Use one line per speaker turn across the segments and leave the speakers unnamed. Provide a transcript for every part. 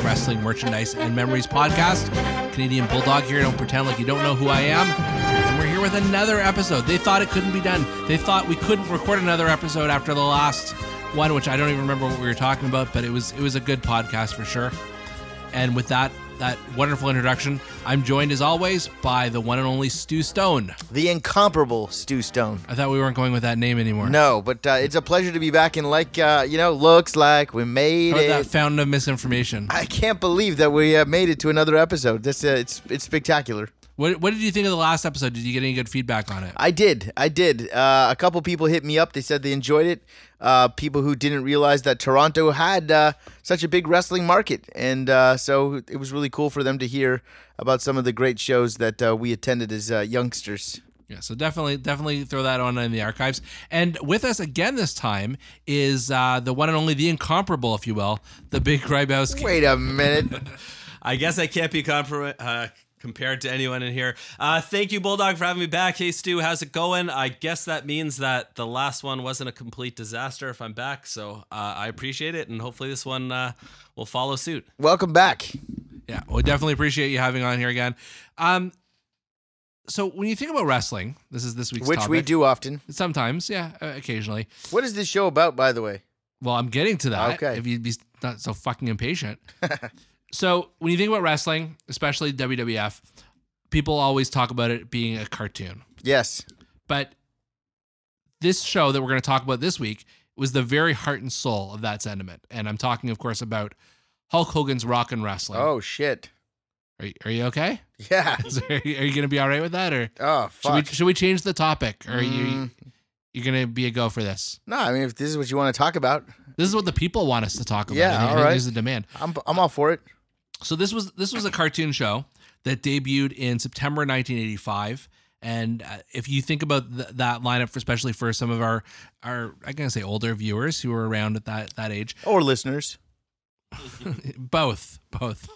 Wrestling Merchandise and Memories podcast. Canadian Bulldog here. Don't pretend like you don't know who I am. And we're here with another episode. They thought it couldn't be done. They thought we couldn't record another episode after the last one, which I don't even remember what we were talking about, but it was it was a good podcast for sure. And with that that wonderful introduction, I'm joined as always by the one and only Stu Stone.
the incomparable Stu Stone.
I thought we weren't going with that name anymore.
No, but uh, it's a pleasure to be back, and like uh, you know, looks like we made
How about that
it.
fountain of misinformation.
I can't believe that we uh, made it to another episode. This uh, it's it's spectacular.
What, what did you think of the last episode? Did you get any good feedback on it?
I did, I did. Uh, a couple people hit me up. They said they enjoyed it. Uh, people who didn't realize that Toronto had uh, such a big wrestling market, and uh, so it was really cool for them to hear about some of the great shows that uh, we attended as uh, youngsters.
Yeah, so definitely, definitely throw that on in the archives. And with us again this time is uh, the one and only, the incomparable, if you will, the Big Grybowski.
Wait a minute.
I guess I can't be compar- uh, compared to anyone in here. Uh, thank you, Bulldog, for having me back. Hey, Stu, how's it going? I guess that means that the last one wasn't a complete disaster if I'm back. So uh, I appreciate it. And hopefully this one uh, will follow suit.
Welcome back.
Yeah, we definitely appreciate you having on here again. Um, so when you think about wrestling, this is this week's
Which we
topic.
do often.
sometimes, yeah, uh, occasionally.
What is this show about, by the way?
Well, I'm getting to that.
Okay.
If you'd be not so fucking impatient. so when you think about wrestling, especially WWF, people always talk about it being a cartoon.
Yes.
But this show that we're going to talk about this week was the very heart and soul of that sentiment. And I'm talking, of course, about Hulk Hogan's Rock and Wrestling.
Oh shit.
Are you, are you okay?
Yeah.
Is- are you, are you going to be all right with that? Or
Oh
should we,
fuck.
should we change the topic? Or are you,
Mm.
you're going to be a go for this?
No, I mean if this is what you want to talk about,
This is what the people want us to talk about. I
Yeah,
think- I
all
think
right.
There's a demand.
I'm I'm all for it.
So this was this was a cartoon show that debuted in September 1985. And uh, if you think about th- that lineup, for, especially for some of our our I gotta say older viewers who were around at that that age,
Or listeners.
both both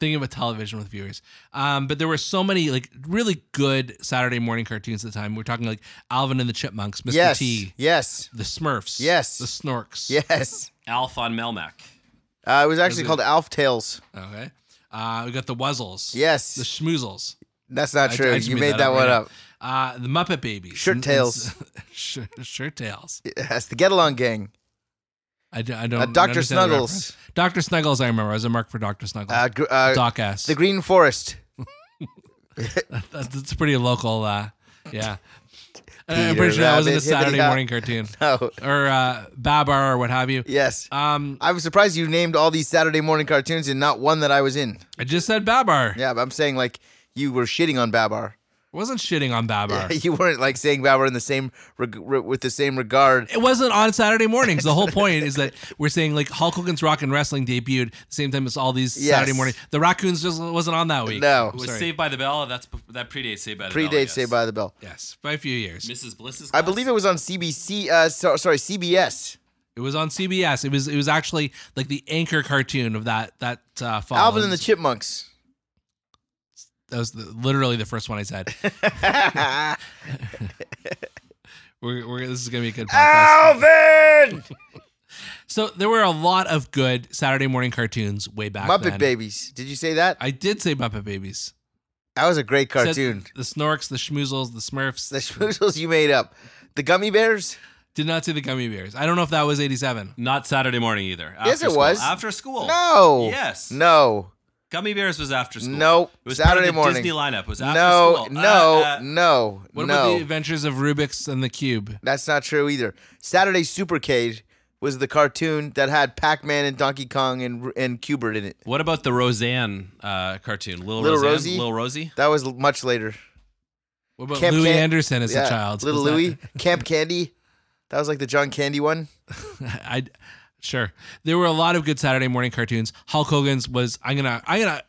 thinking about television with viewers. Um, but there were so many like really good Saturday morning cartoons at the time. We're talking like Alvin and the Chipmunks, Mr.
Yes.
T,
Yes.
the Smurfs,
Yes.
the Snorks,
Yes.
Alf on Melmac.
Uh, it was actually called Alf Tales.
Okay, uh, we got the Wuzzles,
Yes.
the Schmoozles.
That's not
I-
true.
I just
you
made
made
that
that,
up
one
right
up.
Uh, the Muppet Babies.
Shirt
And-
tails.
and s- shirt, shirt tails.
That's the Get Along Gang.
I, do, I don't.
Uh, Dr.
Um, understand the
Snuggles.
reference. Dr. Snuggles, I remember. I was a mark for Dr. Snuggles.
Uh, gr- uh,
Doc S.
the Green Forest.
that's, that's pretty local. Uh, yeah. And I'm pretty sure that wasn't a
Rabbit, hippity
Saturday
hop.
morning cartoon
Oh.
or uh, Babar or what have you.
Yes.
Um,
I was surprised you named all these Saturday morning cartoons and not one that I was in.
I just said Babar.
Yeah, but I'm saying like you were shitting on Babar.
I wasn't shitting on Babar.
You weren't like saying Babar in the same reg- re- with the same regard.
It wasn't on Saturday mornings. The whole point is that we're saying like Hulk Hogan's Rock and Wrestling debuted the same time as all these
Yes.
Saturday morning. The Raccoons just wasn't on that week.
No.
It was "Oh,
Sorry.
Saved by the Bell. That's bef- That predates Saved by the Bell. I
Predates
guess.
Saved by the Bell.
Yes, by a few years.
Mrs. Bliss's
I
class.
believe it was on CBC. Uh, so, sorry, CBS.
It was on CBS. It was it was actually like the anchor cartoon of that that uh, fall.
Alvin and the Chipmunks.
that was the, literally the first one I said.
Alvin!
We're, we're, this is gonna be a good podcast. So there were a lot of good Saturday morning cartoons way back.
Muppet
then.
Babies. Did you say that?
I did say Muppet Babies.
That was a great
Said
cartoon.
The Snorks, the Schmoozles, the Smurfs.
the schmoozles you made up. The Gummy Bears?
did not say the Gummy Bears. I don't know if that was '87.
Not Saturday morning either.
Yes,
After
it
school.
was.
After school.
No.
Oh, Yes.
No.
Gummy Bears was after school.
Nope.
It was
Saturday
part of the
morning.
Disney lineup. It was after
No,
school. Uh,
no,
uh,
no,
What about the
no.
Adventures of Rubik's and the Cube?
That's not true either. Saturday Supercade was the cartoon that had Pac Man and Donkey Kong and, and Cubert in it.
What about the Roseanne uh, cartoon? Little,
Little
Roseanne?
Rosie?
Little Rosie?
That was l- much later.
What about
Camp
Louis
Can-
Anderson as a
Yeah,
child?
Little
Was that-
Louie, Camp Candy. That was like the John Candy one.
I sure there were a lot of good Saturday morning cartoons. Hulk Hogan's was I'm gonna I'm gonna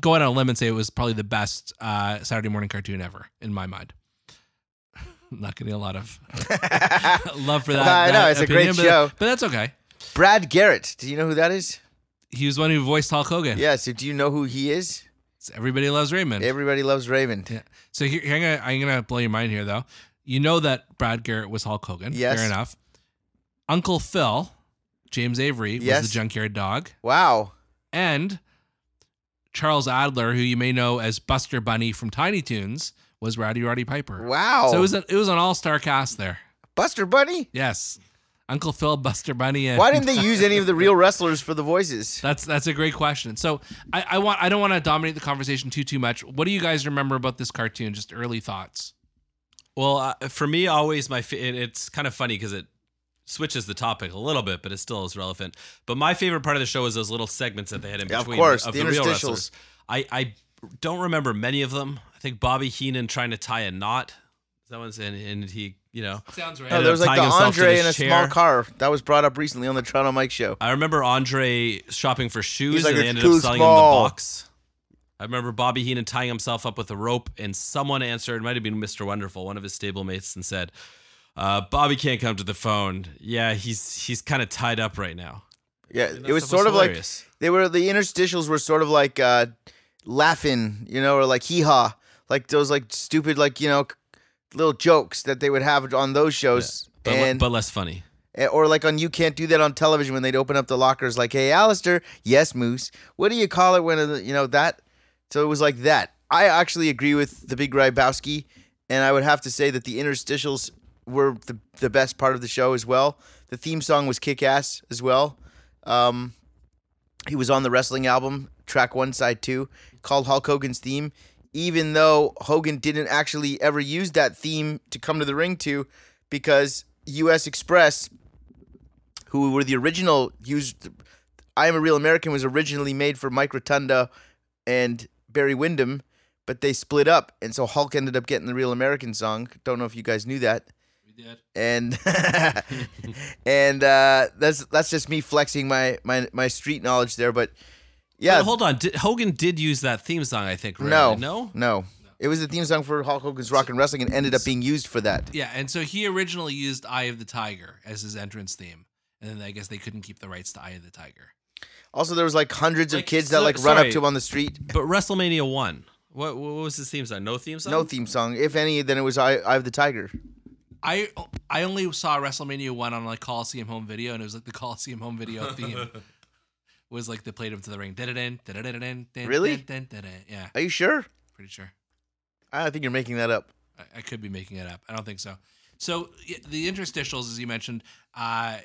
go out on a limb and say it was probably the best uh, Saturday morning cartoon ever in my mind. I'm not getting a lot of love for that.
I know,
that
it's a great
opinion, but-
show.
but, that's okay.
Brad Garrett. Do you know who that is?
He was the one who voiced Hulk Hogan.
Yeah. So do you know who he is?
It's Everybody loves Raymond.
Everybody loves Raymond.
Yeah. So here, here I'm gonna I'm gonna blow your mind here though. You know that Brad Garrett was Hulk Hogan.
Yes.
Fair enough. Uncle Phil, James Avery was
Yes.
the junkyard dog,
Wow.
and Charles Adler, who you may know as Buster Bunny from Tiny Toons, was Rowdy Roddy Piper.
Wow.
So it was a, it was an all star cast there.
Buster Bunny.
Yes, Uncle Phil, Buster Bunny, and
Why didn't they use any of the real wrestlers for the voices?
That's that's a great question. So I, I want I don't want to dominate the conversation too too much. What do you guys remember about this cartoon? Just early thoughts.
Well, uh, for me, always my fa- it, it's kind of funny because it switches the topic a little bit, but it still is relevant. But my favorite part of the show was those little segments that they had in
Yeah, of
between
course, the
the, real
interstitials.
wrestlers. I I don't remember many of them. I think Bobby Heenan trying to tie a knot. Someone's and and he you know
Sounds right.
No, Oh, there
Ended up
was like
tying
the
himself to
Andre in
his
a small
chair.
car that was brought up recently on the Toronto Mike show.
I remember Andre shopping for shoes
like,
and
"It's
they ended
too
up selling him
small.
the box. I remember Bobby Heenan tying himself up with a rope and someone answered, it might have been Mr. Wonderful, one of his stablemates, and said, uh, Bobby can't come to the phone. Yeah, he's he's kind of tied up right now.
Yeah,
And
it
that
was
stuff
sort of like
hilarious.
they were the interstitials were sort of like uh, laughing, you know, or like hee haw, like those like stupid like you know little jokes that they would have on those shows,
but, le-
and
but less funny.
Eh, or like on you can't do that on television when they'd open up the lockers like, hey, Alistair, yes, Moose, what do you call it when uh, you know that? So it was like that. I actually agree with the Big Rybowski, and I would have to say that the interstitials were the the best part of the show as well. The theme song was kick ass as well. Um, he was on the wrestling album track one side two called hulk hogan's theme even though hogan didn't actually ever use that theme to come to the ring to because us express who were the original used i am a real american was originally made for mike rotunda and barry windham but they split up and so hulk ended up getting the real american song don't know if you guys knew that and and uh, that's that's just me flexing my my my street knowledge there. But yeah,
But hold on. Did, Hogan did use that theme song, I think, right?
no,
No?
no, it was the theme song for Hulk Hogan's Rock and Wrestling, and ended up being used for that.
Yeah, and so he originally used "Eye of the Tiger" as his entrance theme, and then I guess they couldn't keep the rights to "Eye of the Tiger."
Also, there was like hundreds of
Like,
kids
so-
that like run up
sorry.
to him on the street.
But WrestleMania 1. What, what was his theme song? No theme song?
No theme song, if any. Then it was I, I have the Tiger.
I I only saw WrestleMania one on like Coliseum home video, and it was like the Coliseum home video theme was like they played him to the ring. Da-da-dun, da-da-da-da-dun, dun,
Really?
dun, dun, dun. Yeah,
Are you sure?
pretty sure.
I think you're making that up.
I, I could be making it up. I don't think so. So y- the interstitials, as you mentioned, uh,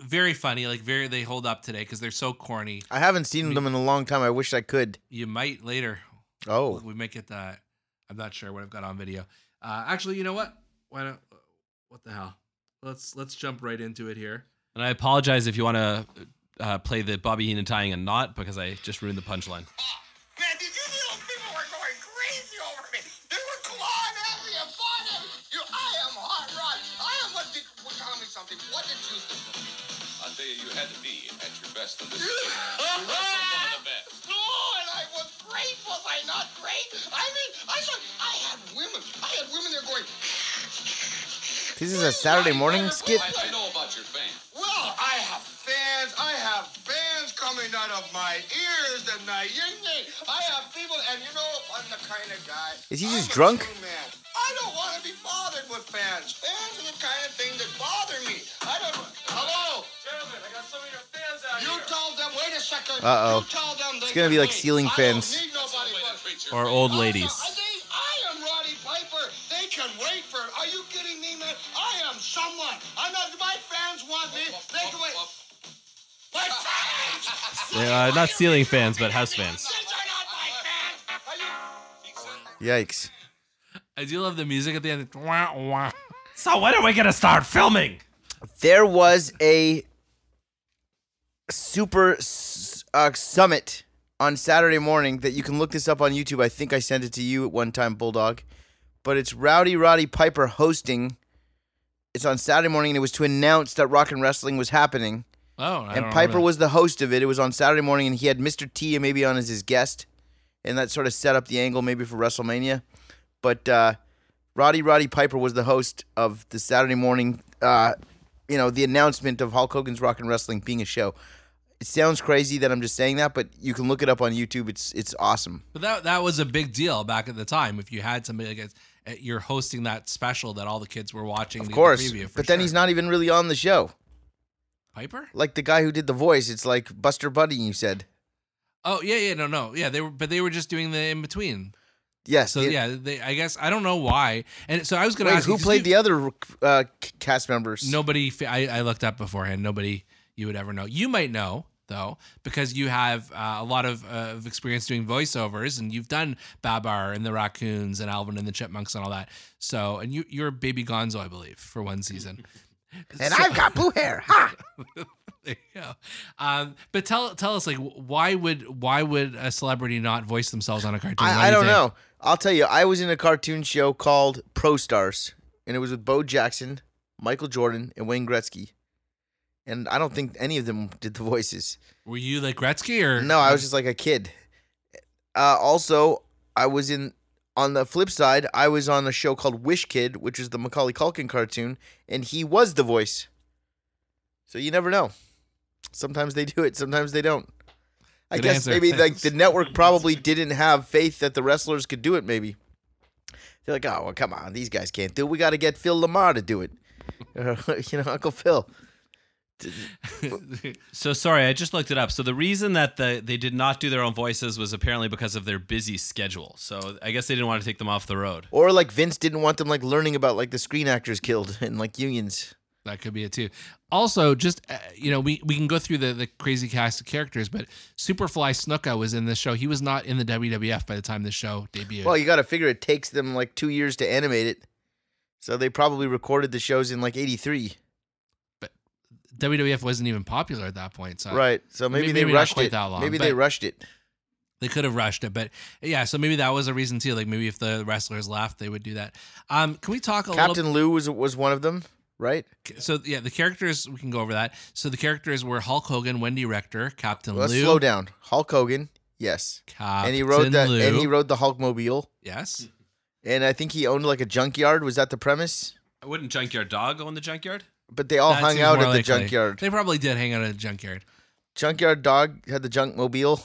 very funny. Like very, they hold up today because they're so corny.
I haven't seen them in a long time. I wish I could.
You might later.
Oh,
We might get that. I'm not sure what I've got on video. Uh, actually, you know what? Why not? What the hell? Let's let's jump right into it here.
And I apologize if you want to uh, play the Bobby Heenan tying a knot because I just ruined the punchline.
Man, did you see those people were going crazy over me? They were clawing at me and fought at me. You, I am hot rod. I am what did? Well, tell me something. What did you think of me?
I tell you, you had to be at your best in this.
You
wrestled one of the best.
No, and I was great. Was I not great? I mean, I saw. I had women. I had women there going.
this is a Saturday morning skit.
I, I know about your fans.
Well, I have fans. I have fans coming out of my ears and my yin yang. I have people, and you know, I'm the kind of guy.
Is he
I'm
just
a
drunk?
true Man. I don't want to be bothered with fans. Fans are the kind of thing that bother me. I don't. Hello,
Gentlemen, I got some of your fans out
you told them. Wait a second.
Uh-oh.
You tell them. They
It's gonna be like
can wait.
ceiling
I
fans.
don't need nobody. but-
Or old
I,
ladies.
am- they- I am Roddy Piper. They can wait for. Are you kidding me, man? I am someone. I'm not. My fans want me. They can wait. My fans.
Uh, not ceiling fans, but house fans.
These are not my fans. Are you?
Yikes!
I do love the music at the end. Wah, wah.
So when are we gonna start filming?
There was a super s- uh, summit on Saturday morning that you can look this up on YouTube. I think I sent it to you at one time, Bulldog. But it's Rowdy Roddy Piper hosting. It's on Saturday morning, and it was to announce that rock and wrestling was happening.
Oh, I don't
and
remember
Piper
that.
was the host of it. It was on Saturday morning, and he had Mr. T and maybe on as his guest, and that sort of set up the angle maybe for WrestleMania. But uh, Roddy Roddy Piper was the host of the Saturday morning, uh, you know, the announcement of Hulk Hogan's Rock and Wrestling being a show. It sounds crazy that I'm just saying that, but you can look it up on YouTube. It's it's awesome.
But that that was a big deal back at the time. If you had somebody like uh, you're hosting that special that all the kids were watching.
Of course,
preview for
but then
sure.
he's not even really on the show.
Piper.
Like the guy who did the voice, it's like Buster Buddy. You said
Oh yeah, yeah, no, no, yeah. They were, but they were just doing the in between.
Yes.
So
the-
yeah, they. I guess I don't know why. And so I was gonna
Wait,
ask
who
you, 'cause
played
you-
the other uh, c- cast members?
Nobody. fi- I, I looked up beforehand. Nobody you would ever know. You might know though because you have uh, a lot of, uh, of experience doing voiceovers and you've done Babar and the Raccoons and Alvin and the Chipmunks and all that. So and you you're Baby Gonzo, I believe, for one season.
And
So-
I've got blue hair. Ha!
There you go. Um, but tell tell us like why would why would a celebrity not voice themselves on a cartoon? Why
I, I
do you
don't
think?
know. I'll tell you. I was in a cartoon show called Pro Stars, and it was with Bo Jackson, Michael Jordan, and Wayne Gretzky. And I don't think any of them did the voices.
Were you like Gretzky or
No, I was just like a kid. Uh, also, I was in. On the flip side, I was on a show called Wish Kid, which is the Macaulay Culkin cartoon, and he was the voice. So you never know. Sometimes they do it, sometimes they don't. I
Good
guess
answer,
maybe like
thanks.
the network probably didn't have faith that the wrestlers could do it. Maybe they're like, "Oh, well, come on, these guys can't do it. We got to get Phil Lamar to do it." you know, Uncle Phil.
So sorry, I just looked it up. So the reason that the, they did not do their own voices was apparently because of their busy schedule. So I guess they didn't want to take them off the road.
Or like Vince didn't want them like learning about like the Screen Actors Guild and like unions.
That could be it too. Also, just uh, you know, we, we can go through the, the crazy cast of characters, but Superfly Snuka was in this show. He was not in the WWF by the time the show debuted.
Well, you got to figure it takes them like two years to animate it, so they probably recorded the shows in like '83,
WWF wasn't even popular at that point, so
right? So
Uh, may-
maybe,
maybe
they
not
rushed
quite
it.
that long,
maybe they
but-
rushed it.
they could have rushed it. But yeah, so maybe that was a reason too. Like maybe if the wrestlers left, they would do that. Um, can we talk a little
Captain Lou was was one of them, right?
So yeah, the characters we can go over that. So the characters were Hulk Hogan, Wendy Rector, Captain
Let's
Lou,
slow down. Hulk Hogan, yes,
Captain
and he rode that,
Lou.
and he rode the Hulkmobile,
yes,
and I think he owned like a junkyard. Was that the premise?
Wouldn't Junkyard Dog own the junkyard?
But they all
That
hung
seems
out
more
at the
likely.
junkyard.
They probably did hang out at the junkyard.
Junkyard dog had the junkmobile.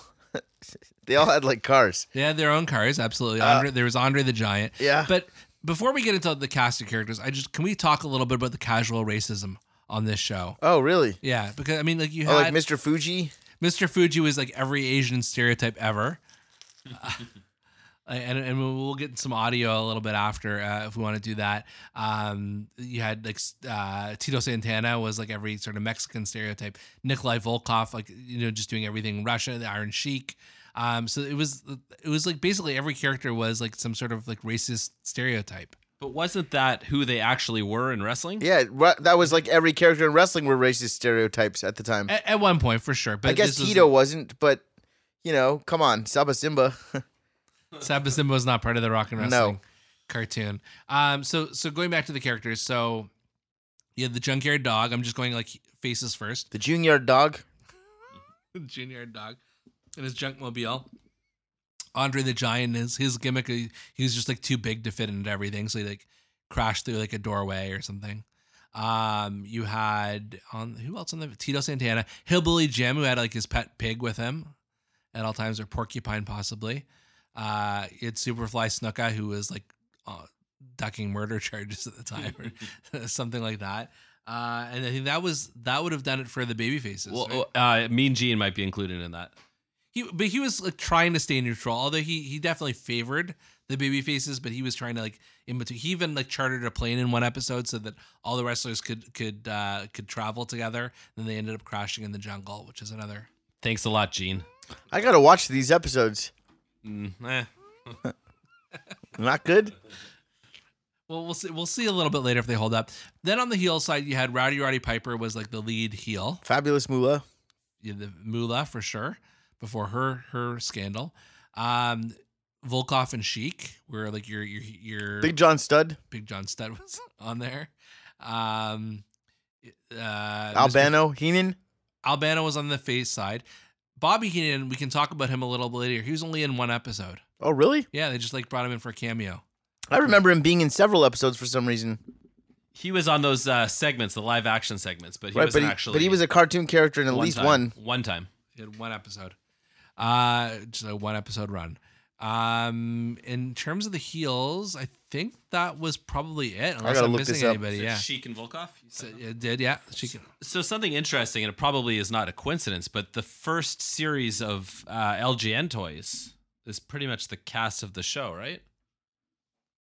they all had like cars.
They had their own cars, absolutely. Andre, there was Andre the Giant.
Uh, yeah.
But before we get into the cast of characters, I just can we talk a little bit about the casual racism on this show?
Oh, really?
Yeah, because I mean, like you
Oh, like
had
Mr. Fuji.
Mr. Fuji was like every Asian stereotype ever. Uh, and, and we'll get some audio a little bit after uh, if we want to do that. Um, you had like s- uh, Tito Santana was like every sort of Mexican stereotype. Nikolai Volkov, like you know, just doing everything Russia, the Iron Sheik. Um, so it was it was like basically every character was like some sort of like racist stereotype.
But wasn't that who they actually were in wrestling?
Yeah, ra- that was like every character in wrestling were racist stereotypes at the time.
Eh,
At, at one point, for sure. But
Mm. I guess
this was-
Tito wasn't, but you know, come on, Saba Simba.
Saba Simba was not part of the rock and
No.
wrestling cartoon. Um, so so going back to the characters, so yeah, the junkyard dog. I'm just going like faces first.
the junior dog.
Junior dog and his junk mobile. Andre the Giant is his gimmick. He he was just like too big to fit into everything, so he like crashed through like a doorway or something. Um, you had on who else on the Tito Santana, Hillbilly Jim, who had like his pet pig with him at all times, or porcupine possibly. Uh, you had Superfly Snuka, who was like uh, ducking murder charges at the time, or something like that. Uh, and I think that was that would have done it for the baby faces. right?
Well, uh, Mean Gene might be included in that.
He but he was like trying to stay neutral, although he he definitely favored the baby faces, but he was trying to like in between he even like chartered a plane in one episode so that all the wrestlers could could uh could travel together. Then they ended up crashing in the jungle, which is another
Thanks a lot, Gene.
I gotta watch these episodes.
Mm, eh.
Not good.
Well, we'll see. We'll see a little bit later if they hold up. Then on the heel side, you had Rowdy Roddy Piper was like the lead heel,
Fabulous Moolah.
yeah, the Moolah for sure, before her her scandal. Um, Volkov and Sheik were like your your your
Big John Stud.
Big John Studd was on there. Um, uh, Mr.
Albano. Heenan.
Albano was on the face side. Bobby Heenan, we can talk about him a little bit later. He was only in one episode.
Oh, really?
Yeah, they just like brought him in for a cameo.
I remember him being in several episodes for some reason.
He was on those uh, segments, the live action segments, but he
right, but
wasn't
he,
actually.
but he was a cartoon character in at least
time.
one.
One time.
He had one episode. Uh, just a one episode run. Um, in terms of the heels, I think that was probably it. Unless
gotta
I'm
look
missing
this up.
anybody, yeah.
Sheik and Volkov. You
So
said that?
it did, yeah. She can,
So something interesting, and it probably is not a coincidence, but the first series of uh, LGN toys is pretty much the cast of the show, right?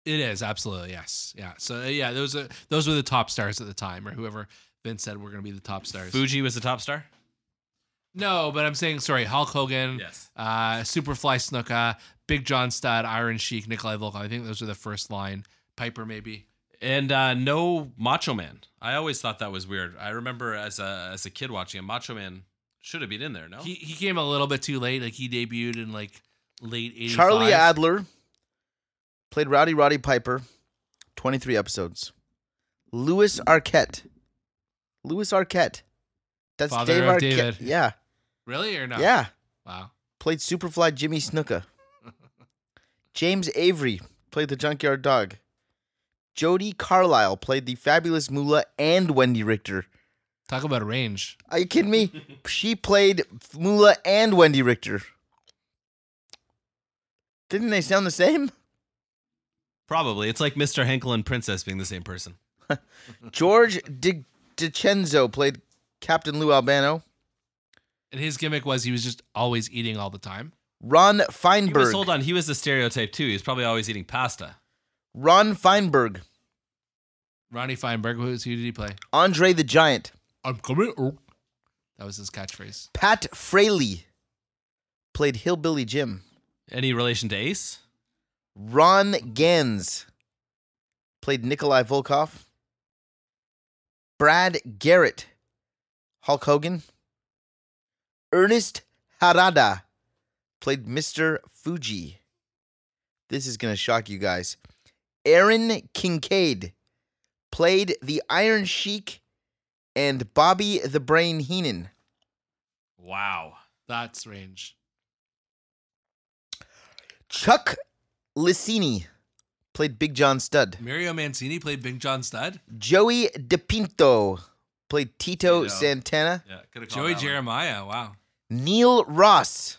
it is absolutely yes, yeah. So uh, yeah, those are those were the top stars at the time, or whoever Vince said were going to be the top stars.
Fuji was the top star.
No, but I'm saying sorry, Hulk Hogan,
Yes.
uh, Superfly Snuka, Big John Studd, Iron Sheik, Nikolai Volkov. I think those are the first line. Piper maybe.
And uh, no Macho Man. I always thought that was weird. I remember as a as a kid watching it, Macho Man should have been in there. No,
He he came a little bit too late. Like he debuted in like late '85.
Charlie Adler played Rowdy Roddy Piper, 23 episodes. Louis Arquette. Louis Arquette. That's
Father
Dave
of
Arquette.
David.
Yeah.
Really or no?
Yeah.
Wow.
Played Superfly Jimmy Snuka. James Avery played the Junkyard Dog. Jody Carlisle played the fabulous Moolah and Wendy Richter.
Talk about range.
Are you kidding me? she played Moolah and Wendy Richter. Didn't they sound the same?
probably. It's like Mr. Henkel and Princess being the same person.
George Di- DiCenzo played Captain Lou Albano.
And his gimmick was he was just always eating all the time.
Ron
He
Feinberg.
was, hold on, he was the stereotype too. He was probably always eating pasta.
Ron Feinberg.
Ronnie Feinberg, who, who did he play?
Andre the Giant.
I'm coming. oh. That was his catchphrase.
Pat Fraley played Hillbilly Jim.
Any relation to Ace?
Ron Gens played Nikolai Volkov. Brad Garrett, Hulk Hogan. Ernest Harada played Mr. Fuji. This is going to shock you guys. Aaron Kincaid played the Iron Sheik and Bobby the Brain Heenan.
Wow.
That's range.
Chuck Lissini played Big John Studd.
Mario Mancini played Big John Studd.
Joey DePinto played Tito
Tito.
Santana.
Yeah, could have
Joey Jeremiah. Wow.
Neil Ross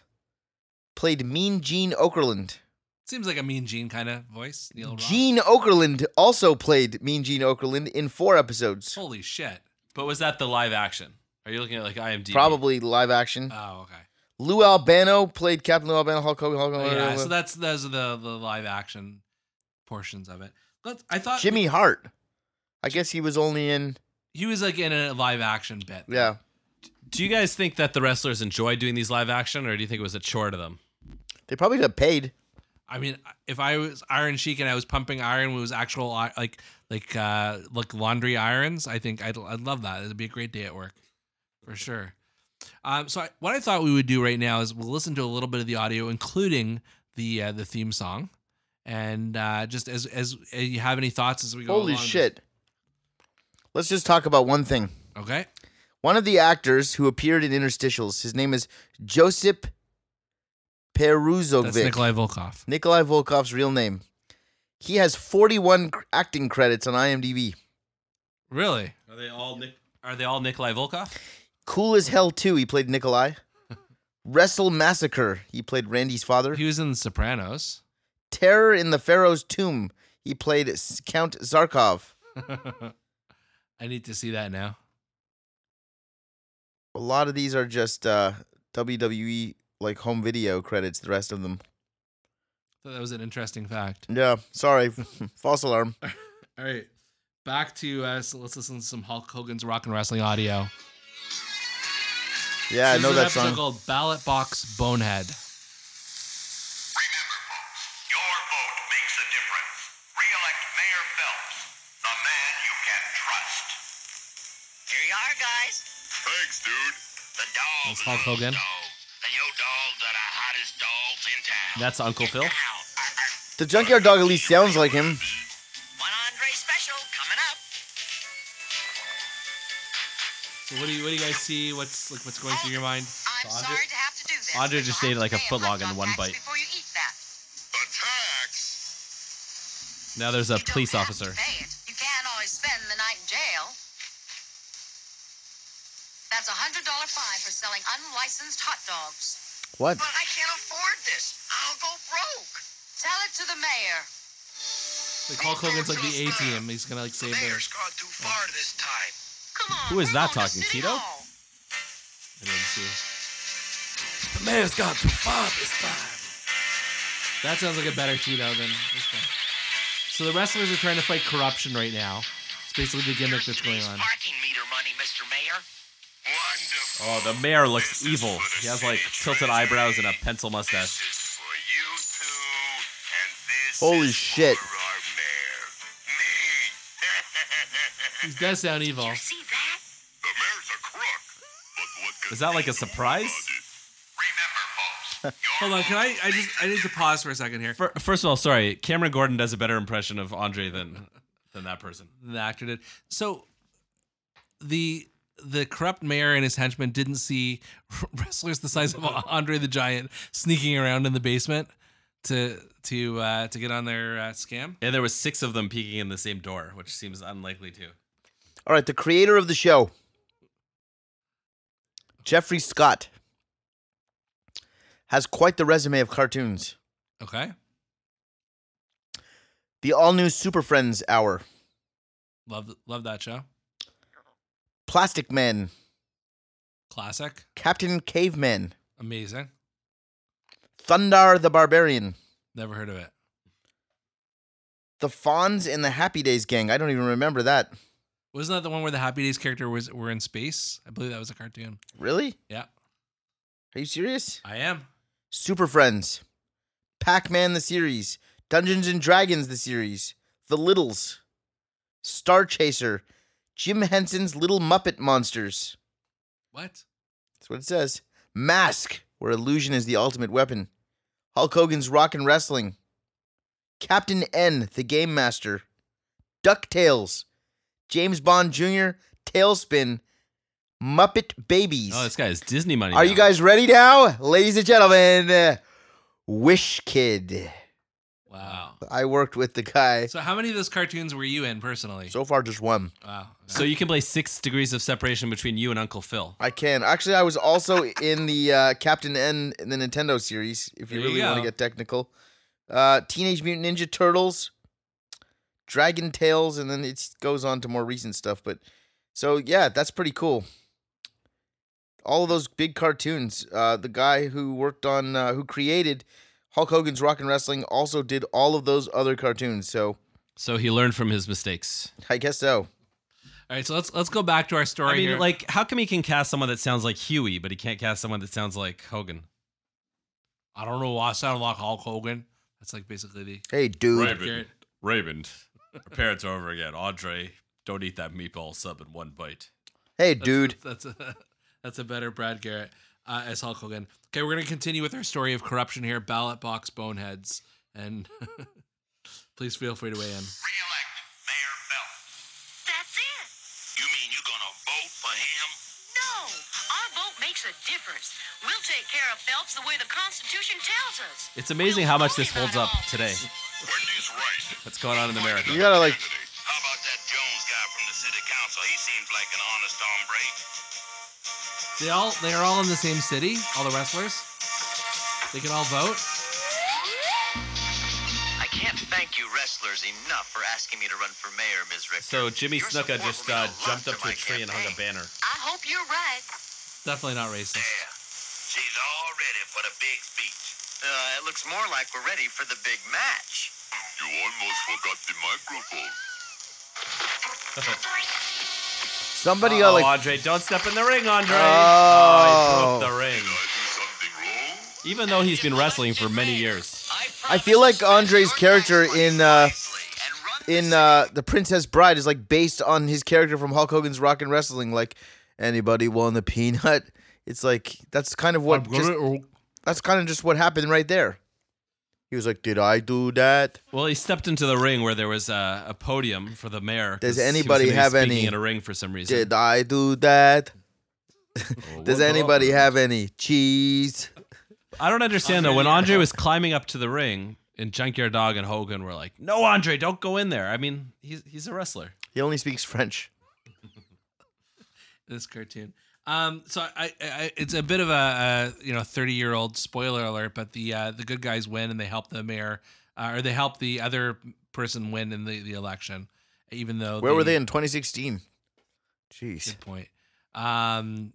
played Mean Gene Okerlund.
Seems like a mean Gene kind of voice. Neil Ross.
Gene Okerlund also played Mean Gene Okerlund in four episodes.
Holy shit.
But was that the live action? Are you looking at like IMDb?
Probably live action.
Oh, okay.
Lou Albano played Captain Lou Albano, Hulk Hogan, Hulk Hogan.
yeah, so that's those are the the live action portions of it. Let's, I thought
Jimmy Hart. I guess he was only in.
he was like in a live action bit.
Yeah.
Do you guys think that the wrestlers enjoyed doing these live action, or do you think it was a chore to them?
They probably got paid.
I mean, if I was Iron Sheik and I was pumping iron, it was actual i- like like uh like laundry irons. I think I'd I'd love that. It'd be a great day at work, for sure. Um, so I, what I thought we would do right now is we'll listen to a little bit of the audio, including the uh, the theme song, and uh, just as as uh, you have any thoughts as we go.
Holy
along,
shit. Let's just talk about one thing.
Okay.
One of the actors who appeared in Interstitials, his name is Josip Peruzovic.
That's Nikolai Volkov.
Nikolai Volkov's real name. He has 41 cr- acting credits on IMDb.
Really?
Are they all Nick? Are they all Nikolai Volkov?
Cool as Hell 2, he played Nikolai. Wrestle Massacre, he played Randy's father.
He was in The Sopranos.
Terror in the Pharaoh's Tomb, he played S- Count Zarkov.
I need to see that now.
A lot of these are just uh, WWE like home video credits, the rest of them.
Thought that was an interesting fact.
Yeah, sorry. False alarm.
All right, back to uh, so let's listen to some Hulk Hogan's rock and wrestling audio.
Yeah, I
This
know
is an
that
episode
song.
called "Ballot Box Bonehead."
Remember, folks, your vote makes a difference. Re-elect Mayor Phelps, the man you can trust.
Here you are, guys.
Thanks, dude.
The dog.
That's Hulk Hogan.
The new dogs are the hottest dogs in town.
That's Uncle Phil.
Now, our- our
The Junkyard Dog at least sounds like him.
one Andre special coming up.
So what do you what do you guys see? What's like what's going through your mind?
I'm
Andre-
sorry to have to do this.
Andre
but
just
you'll
ate
have
like
to
a
pay
foot long in
hot dog
one
tax
bite.
Before you eat that.
The tax.
Now there's a
You don't
police
have to
officer.
pay it. You can't always spend the night in jail. That's a hundred dollar fine for selling unlicensed hot dogs.
What?
I can't afford this. I'll go broke.
Like Hulk Hogan's like the A team. He's gonna like save there.
Mayor's gone too far this time.
Come on.
Who is
we're
that
going to
talking,
City
Tito?
Hall.
And then see. The mayor's gone too far this time. That sounds like a better Tito than this one. So the wrestlers are trying to fight corruption right now. It's basically the gimmick that's going on.
parking meter money, Mr. Mayor. Wonderful.
Oh, the mayor looks evil. He has like tilted eyebrows and a pencil
This
mustache.
is for you two, and this
Holy
is
shit.
for our mayor. Me.
He does sound evil.
See that?
the mayor's a crook, but what can
Is that like a surprise?
Remember, folks, your
Hold on, can I? I just I need to pause for a second here.
Fir- First of all, sorry, Cameron Gordon does a better impression of Andre than than that person.
The actor did. So the the corrupt mayor and his henchmen didn't see wrestlers the size of Andre the Giant sneaking around in the basement to to uh, to get on their uh, scam.
And there was six of them peeking in the same door, which seems unlikely too.
All right, the creator of the show, Jeffrey Scott, has quite the resume of cartoons.
Okay,
The all new Super Friends Hour,
love love that show.
Plastic Man,
Classic,
Captain Caveman,
amazing.
Thundar the Barbarian,
Never heard of it.
The Fonz and the Happy Days Gang. I don't even remember that.
Wasn't that the one where the Happy Days character was were in space? I believe that was a cartoon.
Really?
Yeah,
Are you serious?
I am.
Super Friends, Pac Man the series, Dungeons and Dragons the series, The Littles, Star Chaser, Jim Henson's Little Muppet Monsters.
What?
That's what it says. Mask, where illusion is the ultimate weapon. Hulk Hogan's Rock and Wrestling. Captain N, the Game Master. DuckTales. James Bond Jr., Tailspin. Muppet Babies.
Oh, this guy is Disney money.
Are
now.
you guys ready now? Ladies and gentlemen, uh, Wish Kid.
Wow.
I worked with the guy.
So how many of those cartoons were you in personally?
So far, just one.
wow.
So you can play six degrees of separation between you and Uncle Phil.
I can. Actually, I was also in the uh, Captain N in the Nintendo series, if you
There you
really want to
go.
get technical. Uh, Teenage Mutant Ninja Turtles, Dragon Tales, and then it goes on to more recent stuff. But so, yeah, that's pretty cool. All of those big cartoons. Uh, the guy who worked on, uh, who created Hulk Hogan's Rock and Wrestling also did all of those other cartoons. So
So he learned from his mistakes.
I guess so.
All right, so let's let's go back to our story
I mean,
here.
like, how come he can cast someone that sounds like Huey, but he can't cast someone that sounds like Hogan?
I don't know why I sound like Hulk Hogan. That's like basically the
Hey, dude.
Garrett.
Raymond, our parents are over again. Andre, don't eat that meatball sub in one bite.
Hey,
that's-
dude.
That's a, that's a better Brad Garrett uh, as Hulk Hogan. Okay, we're gonna continue with our story of corruption here, ballot box boneheads, and please feel free to weigh in.
Reelect Mayor Phelps.
That's it.
You mean you're gonna vote for him?
No, our vote makes a difference. We'll take care of Phelps the way the Constitution tells us.
It's amazing how much this holds up today.
Wendy's right.
What's going on in America?
You gotta, like,
How about that Jones guy from the city council? He seems like an honest hombre.
They all they are all in the same city. All the wrestlers. They can all vote.
I can't thank you wrestlers enough for asking me to run for mayor, Ms. Richter.
So Jimmy
Your
Snuka
support
just
will mean a
uh,
lot
jumped up to a
my
tree and hung a
campaign.
banner.
I hope you're right.
Definitely not racist.
Yeah. She's all ready for the big speech.
Uh, it looks more like we're ready for the big match.
You almost forgot the microphone.
Somebody
oh,
got like
Andre, don't step in the ring, Andre.
Oh.
Oh, he broke the ring.
I do something wrong?
Even though he's been wrestling for many years.
I feel like Andre's character in uh, in uh, the Princess Bride is like based on his character from Hulk Hogan's Rock and Wrestling. Like anybody want a peanut? It's like that's kind of what just, that's kind of just what happened right there. He was like, "Did I do that?"
Well, he stepped into the ring where there was uh, a podium for the mayor. 'cause
Does
he was
anybody
gonna be
have
speaking
any-
in a ring for some reason?
Did I do that?
Oh,
Does
what-
anybody have any cheese?
I don't understand though. When Andre was climbing up to the ring, and Junkyard Dog and Hogan were like, "No, Andre, don't go in there." I mean, he's he's a wrestler.
He only speaks French.
this cartoon. Um, so I, I, I, it's a bit of a, uh you know thirty year old spoiler alert, but the uh, the good guys win and they help the mayor uh, or they helped the other person win in the, the election, even though
Where were
the-
they in 2016? Jeez.
Good point. Um,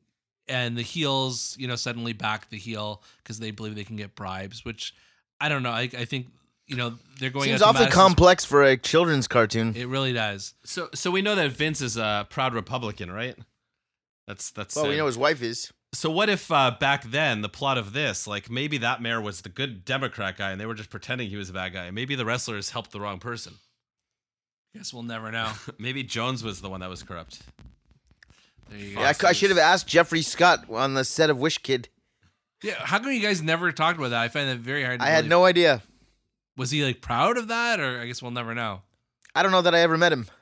and the heels, you know, suddenly back the heel because they believe they can get bribes, which I don't know. I, I think you know they're going.
Seems
after
awfully
Madison's-
complex for a children's cartoon.
It really does.
So so we know that Vince is a proud Republican, right? That's that's
well, we
uh,
know his wife is.
So what if uh, back then the plot of this, like maybe that mayor was the good Democrat guy and they were just pretending he was a bad guy. Maybe the wrestlers helped the wrong person.
Guess we'll never know.
Maybe Jones was the one that was corrupt.
There you go.
Yeah, I, c- I should have asked Jeffrey Scott on the set of Wish Kid.
Yeah, how come you guys never talked about that? I find that very hard. To
I had
believe.
no idea.
Was he like proud of that, or I guess we'll never know.
I don't know that I ever met him.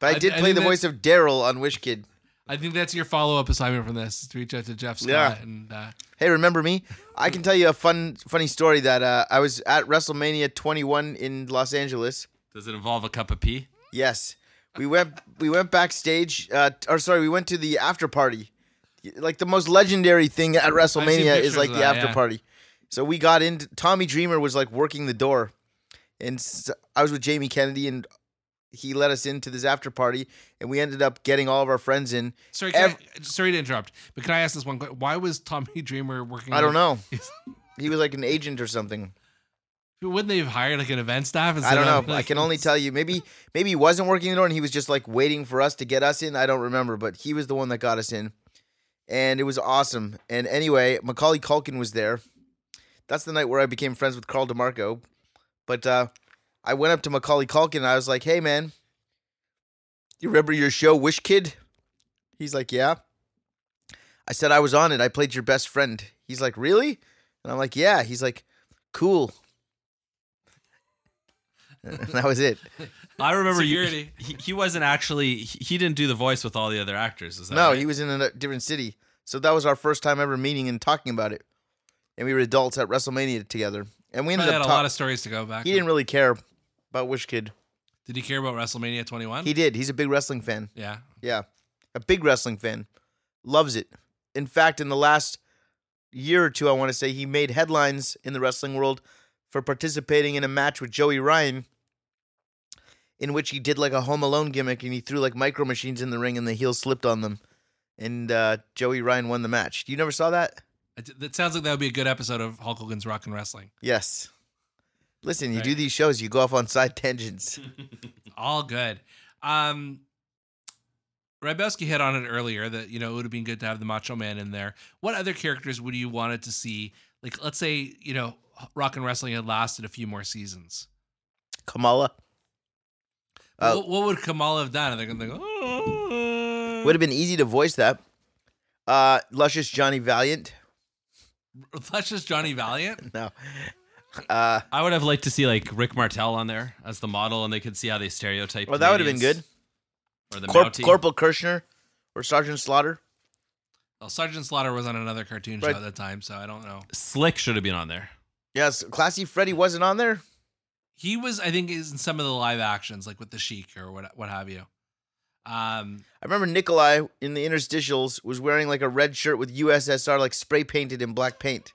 but
I-
I did
I
play
think
the
that-
voice of Daryl on Wish Kid.
I think that's your follow up assignment from this: is to reach out to Jeff Scott
Yeah.
and uh,
Hey, remember me? I can tell you a fun, funny story that uh, I was at WrestleMania 21 in Los Angeles.
Does it involve a cup of pee?
Yes, we went, we went backstage. Uh, t- or sorry, we went to the after party. Like the most legendary thing at WrestleMania
pictures
is like
of
the
that,
after
yeah.
party. So we got in. Tommy Dreamer was like working the door, and s I I was with Jamie Kennedy, and he let us into this after party, and we ended up getting all of our friends in.
sorry, can I-
Ev-
sorry to interrupt, but can I ask this one? que- Why was Tommy Dreamer working?
I don't
with-
know. He was like an agent or something.
Wouldn't they have hired like an event staff?
I
instead
don't know.
of,
I
like-
can only tell you. Maybe maybe he wasn't working the door and he was just like waiting for us to get us in. I don't remember, but he was the one that got us in. And it was awesome. And anyway, Macaulay Culkin was there. That's the night where I became friends with Carl DeMarco. But uh, I went up to Macaulay Culkin and I was like, hey, man, you remember your show, Wish Kid? He's like, yeah. I said, I was on it. I played your best friend. He's like, really? And I'm like, yeah. He's like, cool. And that was it.
I remember you-
Security.
He, he wasn't actually. He, he didn't do the voice with all the other actors. Is that
No,
right?
he was in a different city. So that was our first time ever meeting and talking about it. And we were adults at WrestleMania together. And we ended
Probably
up
had a
talk-
lot of stories to go back.
He
on.
didn't really care about Wish Kid.
Did he care about WrestleMania 21?
He did. He's a big wrestling fan.
yeah.
Yeah. A big wrestling fan. Loves it. In fact, in the last year or two, I want to say he made headlines in the wrestling world for participating in a match with Joey Ryan in which he did like a Home Alone gimmick and he threw like micro machines in the ring and the heel slipped on them. And uh, Joey Ryan won the match. You never saw that?
I d- That sounds like that would be a good episode of Hulk Hogan's Rock and Wrestling.
Yes. Listen, you do
Right.
these shows, you go off on side tangents.
All good. Um, Rybowski hit on it earlier that you know it would have been good to have the Macho Man in there. What other characters would you wanted to see? Like, let's say you know Rock and Wrestling had lasted a few more seasons.
Kamala Uh,
what, what would Kamala have done? They're gonna think, oh,
would have been easy to voice that. Uh, luscious Johnny Valiant.
"Oh, that's just Johnny Valiant.
No. Uh,
I would have liked to see like Rick Martel on there as the model, and they could see how they stereotype.
well, that would have been good.
Canadians Or the
Corp-
Mountie.
Corporal Kirshner or Sergeant Slaughter.
Well, Sergeant Slaughter was on another cartoon
Right.
show at the time, so I don't know.
Slick should have been on there.
Yes, Classy Freddy wasn't on there.
He was, I think, is in some of the live actions, like with the Sheik or what, what have you. Um,
I remember Nikolai in the interstitials was wearing like a red shirt with USSR like spray painted in black paint.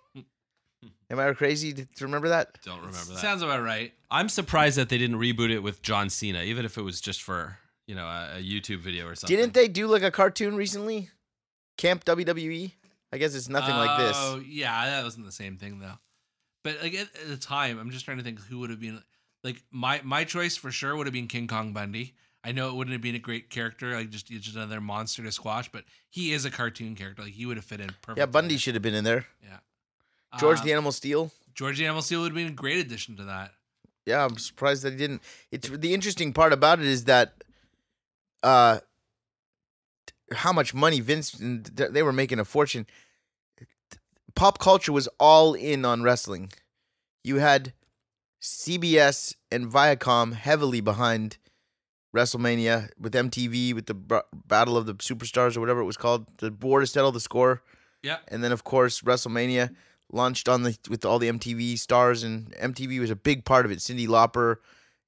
Am I crazy to to remember that?
Don't remember that.
sounds about right.
I'm surprised that they didn't reboot it with John Cena, even if it was just for you know a, a YouTube video or something.
Didn't they do like a cartoon recently? Camp WWE? I guess it's nothing like this.
Oh, yeah, that wasn't the same thing though. But like at, at the time, I'm just trying to think who would have been like my my choice for sure would have been King Kong Bundy. I know it wouldn't have been a great character, like just he's just another monster to squash, but he is a cartoon character. Like he would have fit in perfectly. Uh,
Yeah, Bundy should have been in there.
Uh,
George the Animal Steel.
George the Animal Steel would have been a great addition to that.
Yeah, I'm surprised that he didn't. It's the interesting part about it is that, uh, how much money Vince and th- they were making a fortune. Pop culture was all in on wrestling. You had CBS and Viacom heavily behind WrestleMania with MTV with the br- Battle of the Superstars or whatever it was called, the war to settle the score
Yeah.
and then of course WrestleMania launched on the with all the MTV stars and MTV was a big part of it. Cindy Lauper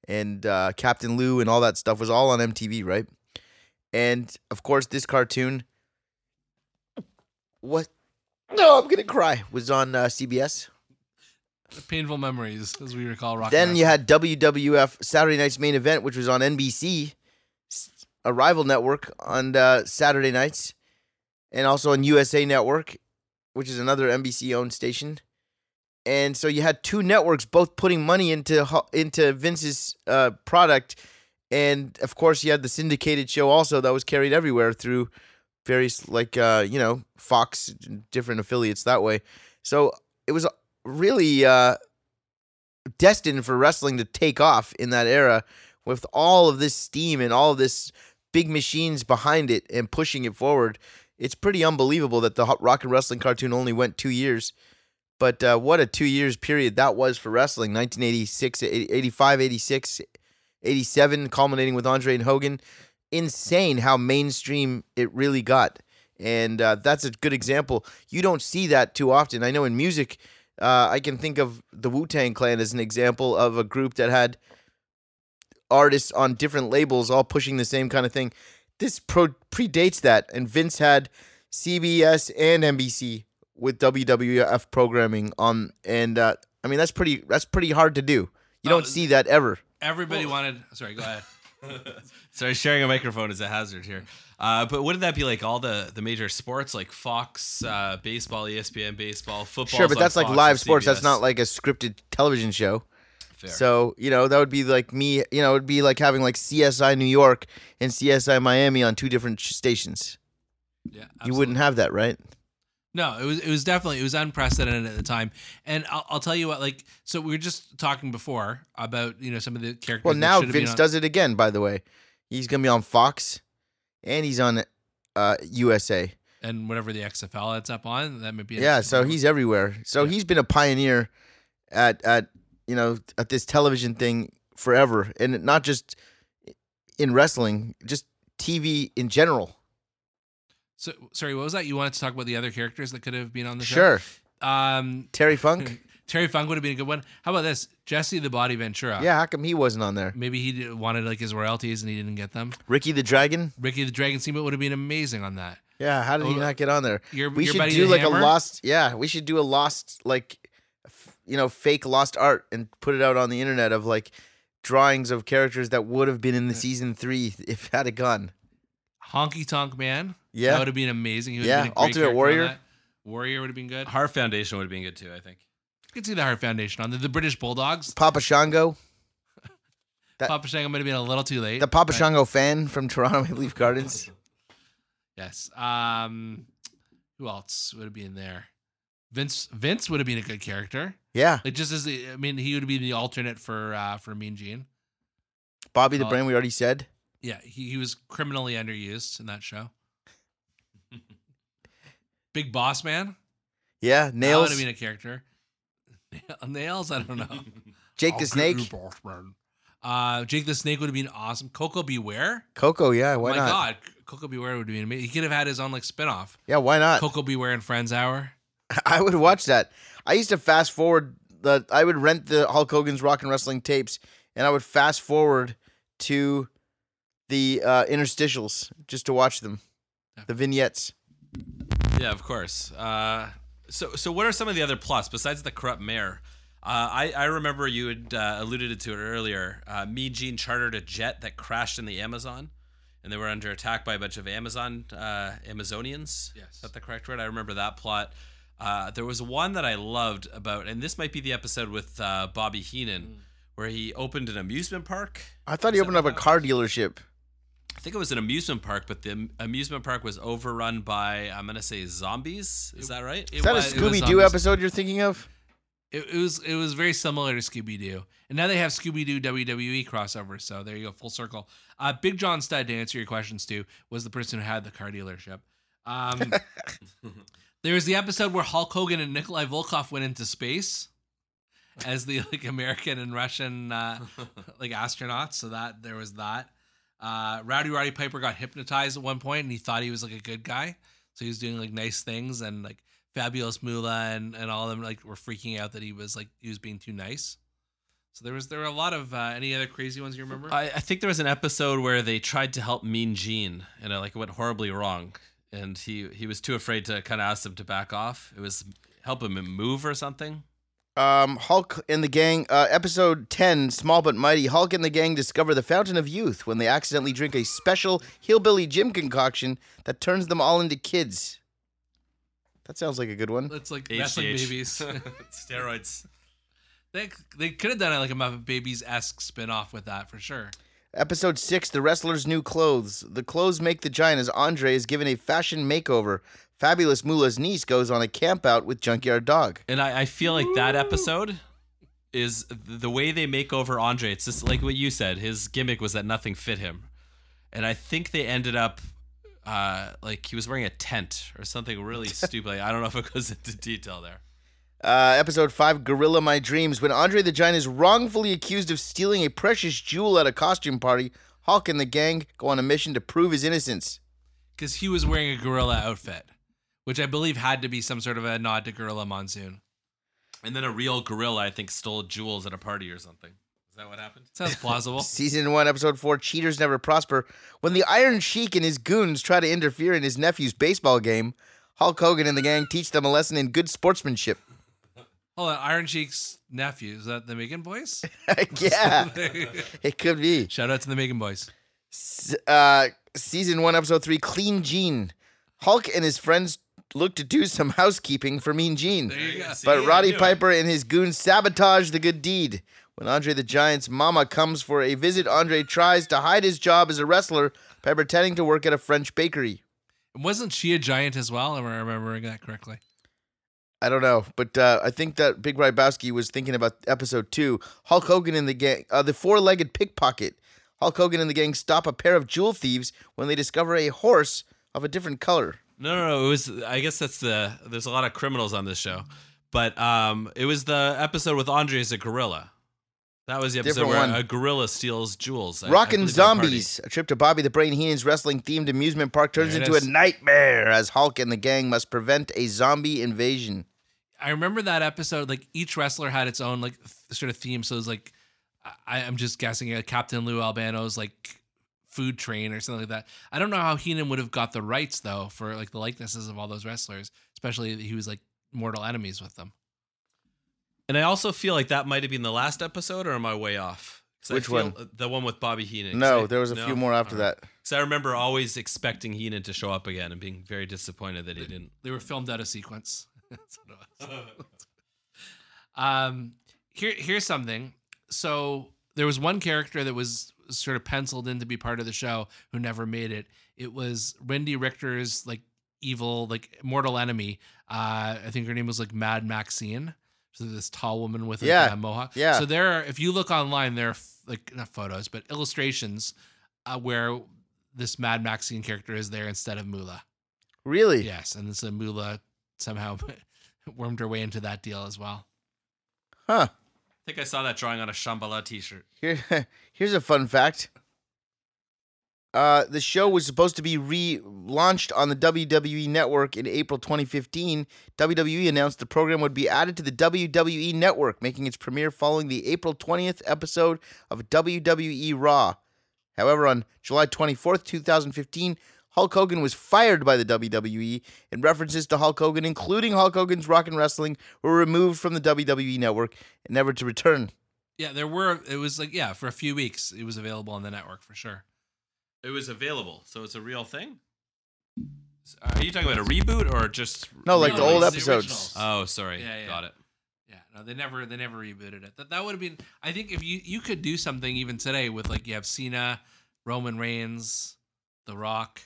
and uh, Captain Lou and all that stuff was all on MTV, right? And of course, this cartoon. What No, I'm gonna cry. Was on uh, CBS.
Painful memories, as we recall. Rock
Then you had WWF Saturday Night's Main Event, which was on NBC, s- a rival network on uh, Saturday nights, and also on USA Network, which is another NBC-owned station. And so you had two networks both putting money into ho- into Vince's uh, product, and of course you had the syndicated show also that was carried everywhere through various like uh, you know Fox, different affiliates that way. So it was really. Uh, destined for wrestling to take off in that era with all of this steam and all of this big machines behind it and pushing it forward. It's pretty unbelievable that the Hot Rock and Wrestling cartoon only went two years. But uh, what a two years period that was for wrestling 1986, 85, 86, 87, culminating with Andre and Hogan. Insane how mainstream it really got. And uh, that's a good example. You don't see that too often. I know in music, uh, I can think of the Wu Tang Clan as an example of a group that had artists on different labels all pushing the same kind of thing. This pro- predates that, and Vince had CBS and NBC with WWF programming on, and uh, I mean that's pretty that's pretty hard to do. You
Oh,
don't see that ever.
Everybody wanted. Sorry, go ahead.
Sorry, sharing a microphone is a hazard here. Uh, but wouldn't that be like all the, the major sports like Fox, uh, baseball, ESPN, baseball, football?
Sure, but that's like live sports. That's not like a scripted television show.
Fair.
So you know that would be like me. You know, it'd be like having like CSI New York and CSI Miami on two different sh- stations.
Yeah,
You wouldn't have that, right?
No, it was it was definitely it was unprecedented at the time, and I'll, I'll tell you what, like, so we were just talking before about you know some of the characters.
Well,
that
now
should have been
Vince
on-
does it again. By the way, he's gonna be on Fox, and he's on uh, USA.
and whatever the XFL that's up on, that might be. an
Yeah,
XFL.
so he's everywhere. So he's been a pioneer at at you know at this television thing forever, and not just in wrestling, just TV in general.
So sorry, what was that? You wanted to talk about the other characters that could have been on the show.
Sure,
Sure. Um,
Terry Funk.
Terry Funk would have been a good one. How about this? Jesse the Body Ventura.
Yeah, how come he wasn't on there?
Maybe he did- wanted like his royalties and he didn't get them.
Ricky the Dragon.
Ricky the Dragon Steamboat would have been amazing on that.
Yeah, how did he
Oh,
not get on there?
your-
we
your
should
buddy
do
the
like
Hammer?
a lost. Yeah, we should do a lost like, f- you know, fake lost art and put it out on the internet of like drawings of characters that would have been in the season three if had a gun.
Honky Tonk Man.
Yeah.
That would have been amazing. He would
Yeah,
have been a great
Ultimate
character on
Warrior.
that. Warrior would have been good.
Heart Foundation would have been good too, I think.
You could see the Heart Foundation on the, the British Bulldogs.
Papa Shango, That-
Papa Shango might have been a little too late.
the Papa
but
Shango fan from Toronto Maple Leaf Gardens.
Yes. Um, who else would have been there? Vince. Vince would have been a good character.
Yeah,
Like just as the, I mean, he would be the alternate for uh for Mean Gene.
Bobby the
Oh.
Brain. We already said.
Yeah, he, he was criminally underused in that show. Big Boss Man.
Yeah,
That would
nails.
have been a character. Nails. I don't know.
Jake
I'll
the
get
Snake.
you, Boss Man. Uh, Jake the Snake would have been awesome. Coco Beware.
Coco. Yeah, why
Oh My
not?
God, Coco Beware would have been amazing. He could have had his own like spinoff.
Yeah, why not?
Coco Beware and Friends Hour.
I would watch that. I used to fast forward the. I would rent the Hulk Hogan's Rock and Wrestling tapes, and I would fast forward to the uh, interstitials just to watch them, the vignettes.
Yeah, of course. Uh, so, so what are some of the other plots besides the corrupt mayor? Uh, I, I remember you had uh, alluded to it earlier. Uh, Mean Gene chartered a jet that crashed in the Amazon, and they were under attack by a bunch of Amazon uh, Amazonians.
Yes.
is that the correct word? I remember that plot. Uh, there was one that I loved about, and this might be the episode with uh, Bobby Heenan, where he opened an amusement park.
I thought he opened up a car dealership.
I think it was an amusement park, but the amusement park was overrun by I'm gonna say zombies. Is that right?
Is that
was-
a
it was
Scooby Doo
zombies.
episode you're thinking of?
It, it was it was very similar to Scooby Doo, and now they have Scooby Doo WWE E crossover. So there you go, full circle. Uh, Big John Studd, to answer your questions too, was the person who had the car dealership. Um, there was the episode where Hulk Hogan and Nikolai Volkoff went into space as the like American and Russian uh, like astronauts. So that there was that. Uh, Rowdy Roddy Piper got hypnotized at one point, and he thought he was like a good guy, so he was doing like nice things, and like Fabulous Moolah and and all of them like were freaking out that he was like he was being too nice. So there was there were a lot of uh, any other crazy ones you remember?
I, I think there was an episode where they tried to help Mean Gene, and it like went horribly wrong. and he he was too afraid to kind of ask them to back off. It was help him move or something.
Um, Hulk and the gang, uh, episode 10, Small But Mighty. Hulk and the gang discover the fountain of youth when they accidentally drink a special hillbilly gym concoction that turns them all into kids. That sounds like a good one.
It's like wrestling
HGH.
babies.
Steroids.
they they could have done it like a Muppet Babies esque spin off with that for sure.
Episode 6 The Wrestler's New Clothes. The clothes make the giant as Andre is given a fashion makeover. Fabulous Moolah's niece goes on a campout with Junkyard Dog.
And I, I feel like that episode is th- the way they make over Andre. It's just like what you said. His gimmick was that nothing fit him, and I think they ended up uh, like he was wearing a tent or something really stupid. I don't know if it goes into detail there.
Uh, episode 5 Gorilla My Dreams. When Andre the Giant is wrongfully accused of stealing a precious jewel at a costume party, Hulk and the gang go on a mission to prove his innocence.
Because he was wearing a gorilla outfit, which I believe had to be some sort of a nod to Gorilla Monsoon.
And then a real gorilla, I think, stole jewels at a party or something. Is that what happened?
Sounds plausible.
Season 1, Episode 4 Cheaters Never Prosper. When the Iron Sheik and his goons try to interfere in his nephew's baseball game, Hulk Hogan and the gang teach them a lesson in good sportsmanship.
Hold on, Iron Cheek's nephew. Is that the Megan Boys?
yeah, it could be.
Shout out to the Megan Boys.
Uh, season 1, Episode 3 Clean Gene. Hulk and his friends look to do some housekeeping for Mean Gene.
There you go.
But Roddy Piper and his goons sabotage the good deed. When Andre the Giant's mama comes for a visit, Andre tries to hide his job as a wrestler by pretending to work at a French bakery.
And Wasn't she a giant as well? Am I remembering that correctly?
I don't know, but uh, I think that Big Rybowski was thinking about episode two. Hulk Hogan and the gang, uh, the four-legged pickpocket. Hulk Hogan and the gang stop a pair of jewel thieves when they discover a horse of a different color.
No, no, no. It was. I guess that's the. There's a lot of criminals on this show, but um, it was the episode with Andre as a gorilla. That was the episode
Different
where
one.
a gorilla steals jewels. I- I
Rockin'
believe at a party.
Zombies. A trip to Bobby the Brain Heenan's wrestling themed amusement park turns
There it
into
is.
a nightmare as Hulk and the gang must prevent a zombie invasion.
I remember that episode. Like each wrestler had its own like th- sort of theme. So it was like I, I'm just guessing uh, Captain Lou Albano's like food train or something like that. I don't know how Heenan would have got the rights though for like the likenesses of all those wrestlers, especially that he was like mortal enemies with them.
And I also feel like that might have been the last episode, or am I way off? 'Cause I
Which
feel-
one?
The one with Bobby Heenan.
No, there was a few more after that.
Because I remember always expecting Heenan to show up again and being very disappointed that he didn't.
They were filmed out of sequence. That's what it was. um, here, here's something. So there was one character that was sort of penciled in to be part of the show who never made it. It was Wendy Richter's like evil, like mortal enemy. Uh, I think her name was like Mad Maxine. So this tall woman with like,
Yeah.
a mohawk.
Yeah.
So there are, if you look online, there are f- like not photos, but illustrations uh, where this Mad Maxine character is there instead of Mula.
Really?
Yes, and so Mula somehow wormed her way into that deal as well.
Huh.
I think I saw that drawing on a Shambhala T-shirt.
Here, here's a fun fact. Uh, the show was supposed to be relaunched on the WWE Network in April 2015. WWE E announced the program would be added to the WWE Network, making its premiere following the April 20th episode of WWE Raw. However, on July 24th, 2015, Hulk Hogan was fired by the WWE, and references to Hulk Hogan, including Hulk Hogan's Rock and Wrestling, were removed from the WWE Network and never to return.
Yeah, there were. It was like yeah, for a few weeks it was available on the network for sure.
It was available, so it's a real thing. uh, Are you talking about a reboot or just
No, like the
No,
old
it's the
episodes.
originals.
Oh, sorry,
Yeah, yeah.
got it.
Yeah, no, they never they never rebooted it. That that would have been. I think if you you could do something even today with like you have Cena, Roman Reigns, The Rock,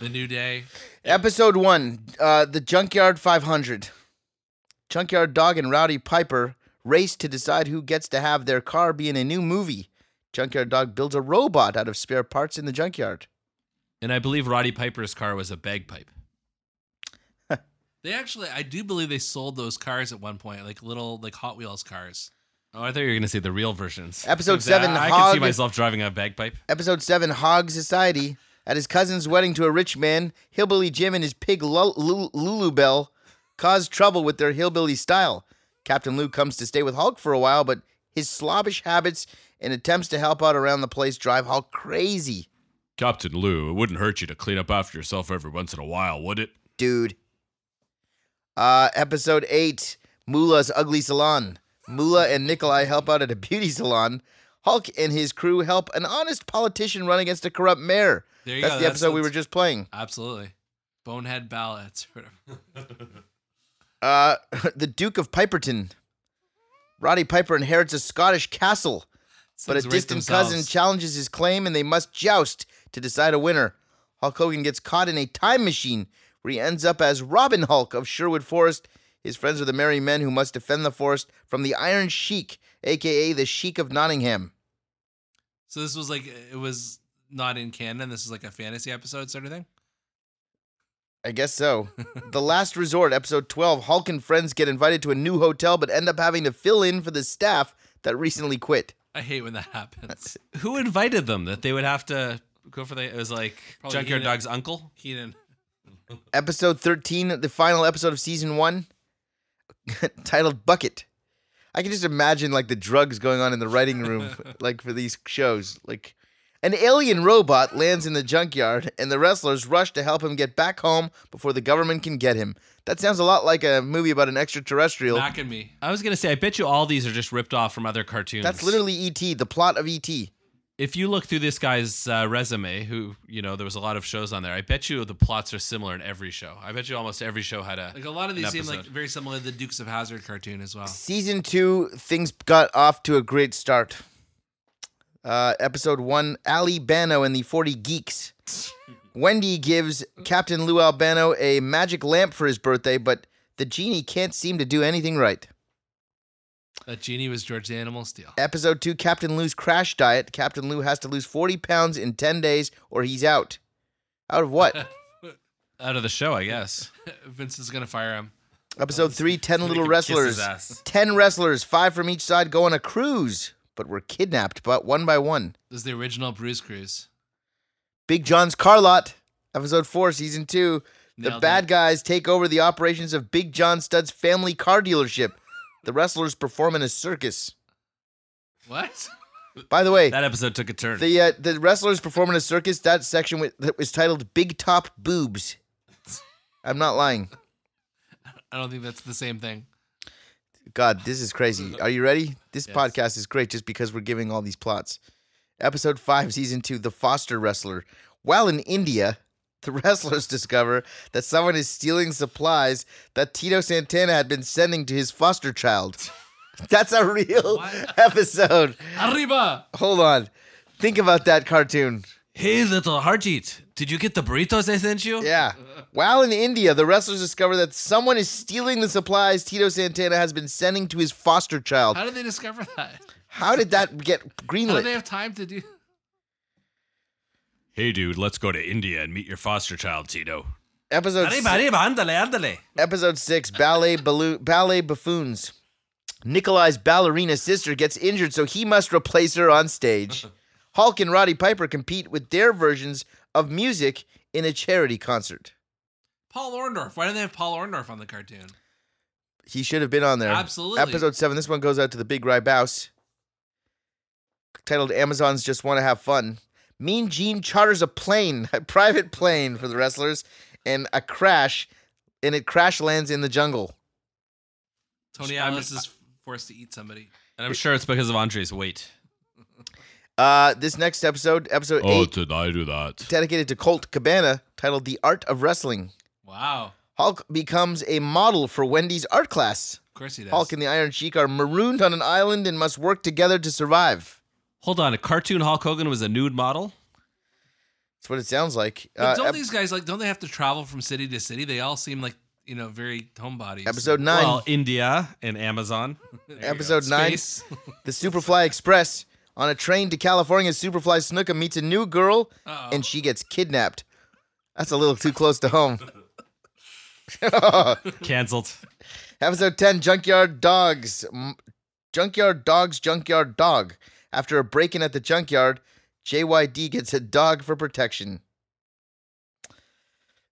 The New Day.
Episode one, uh, the Junkyard 500. Junkyard Dog and Rowdy Piper race to decide who gets to have their car be in a new movie. Junkyard Dog builds a robot out of spare parts in the junkyard.
And I believe Roddy Piper's car was a bagpipe.
They actually, I do believe they sold those cars at one point, like little like Hot Wheels cars.
Oh, I thought you were gonna say the real versions.
Episode
Because
seven,
I, I can see
Hog-
myself driving a bagpipe.
Episode seven, Hog Society. At his cousin's wedding to a rich man, Hillbilly Jim and his pig Lul- Lul- Lulu Bell cause trouble with their hillbilly style. Captain Lou comes to stay with Hulk for a while, but his slobbish habits and attempts to help out around the place drive Hulk crazy.
Captain Lou, it wouldn't hurt you to clean up after yourself every once in a while, would it?
dude. Uh, episode eight, Moolah's ugly salon. Moolah and Nikolai help out at a beauty salon. Hulk and his crew help an honest politician run against a corrupt mayor.
There you
That's
go,
the
that's-
episode we were
that's-
just playing.
Absolutely. Bonehead ballots or whatever.
Uh, the Duke of Piperton. Roddy Piper inherits a Scottish castle, but a
Things rate
distant cousin
themselves.
challenges his claim, and they must joust to decide a winner. Hulk Hogan gets caught in a time machine where he ends up as Robin Hulk of Sherwood Forest. His friends are the merry men who must defend the forest from the Iron Sheik, aka the Sheik of Nottingham.
So this was like it was not in canon. This is like a fantasy episode sort of thing.
I guess so. the Last Resort, episode 12 Hulk and friends get invited to a new hotel but end up having to fill in for the staff that recently quit.
I hate when that happens.
Who invited them that they would have to go for the? It was like
Probably
Junkyard
Enoch.
Dog's uncle.
Keenan.
episode 13, the final episode of season one, titled Bucket. I can just imagine like the drugs going on in the writing room, like for these shows. Like an alien robot lands in the junkyard, and the wrestlers rush to help him get back home before the government can get him. That sounds a lot like a movie about an extraterrestrial.
Mac and me.
I was gonna say, I bet you all these are just ripped off from other cartoons.
That's literally E.T., the plot of E E.T.
If you look through this guy's uh, resume, who you know, there was a lot of shows on there. I bet you the plots are similar in every show. I bet you almost every show had a.
Like a lot of these
An
seem like
episode.
very similar to the Dukes of Hazard cartoon as well.
Season two, things got off to a great start. Uh, episode one, Ali Bano and the 40 Geeks. Wendy gives Captain Lou Albano a magic lamp for his birthday, but the genie can't seem to do anything right.
That genie was George the Animal Steel.
Episode two, Captain Lou's crash diet. Captain Lou has to lose 40 pounds in 10 days or he's out. Out of what?
out of the show, I guess.
Vincent's gonna fire him.
episode three, 10
Make
little
him kiss his
wrestlers.
ass.
10 wrestlers, five from each side, go on a cruise, but were kidnapped but one by one.
This is the original Bruce Cruise.
Big John's Car Lot, episode four, season two. The
Nailed
bad
it.
guys take over the operations of Big John Stud's family car dealership. The wrestlers perform in a circus.
What?
By the way,
That episode took a turn.
the uh, the wrestlers perform in a circus. That section wi- that was titled "Big Top Boobs." I'm not lying.
I don't think that's the same thing.
God, this is crazy. Are you ready? This
Yes.
podcast is great just because we're giving all these plots. Episode 5, Season 2 The Foster Wrestler. While in India, the wrestlers discover that someone is stealing supplies that Tito Santana had been sending to his foster child. That's a real episode.
Arriba.
Hold on. Think about that cartoon.
hey, little heartbeat, did you get the burritos I sent you?
Yeah. While in India, the wrestlers discover that someone is stealing the supplies Tito Santana has been sending to his foster child.
How did they discover that?
How did that get greenlit?
How did they have time to do?
Hey, dude, let's go to India and meet your foster child, Tito.
Episode
Arriba, arriba, ándale, ándale.
episode six ballet balloon ballet buffoons. Nikolai's ballerina sister gets injured, so he must replace her on stage. Hulk and Roddy Piper compete with their versions of music in a charity concert.
Paul Orndorff. Why didn't they have Paul Orndorff on the cartoon?
He should have been on there.
Absolutely.
Episode seven. This one goes out to the Big Ribouse. Titled Amazons Just Want to Have Fun. Mean Gene charters a plane, a private plane for the wrestlers, and a crash, and it crash lands in the jungle.
Tony
I'm-
Atlas is forced to eat somebody.
And I'm sure it's because of Andre's weight.
Uh, this next episode, episode
Oh,
eight,
did I do that?
dedicated to Colt Cabana, titled "The Art of Wrestling."
Wow.
Hulk becomes a model for Wendy's art class.
Of course he does.
Hulk and the Iron Sheik are marooned on an island and must work together to survive.
Hold on, a cartoon Hulk Hogan was a nude model?
That's what it sounds like. Uh,
But don't
ep-
these guys like? Don't they have to travel from city to city? They all seem like you know very homebodies.
episode nine,
Well, India and Amazon.
episode nine,
Space.
the Superfly Express. On a train to California, Superfly Snooka meets a new girl,
Uh-oh.
and she gets kidnapped. That's a little too close to home.
Cancelled.
Episode 10 Junkyard Dogs. M- Junkyard Dogs, Junkyard Dog. After a break in at the junkyard, JYD gets a dog for protection.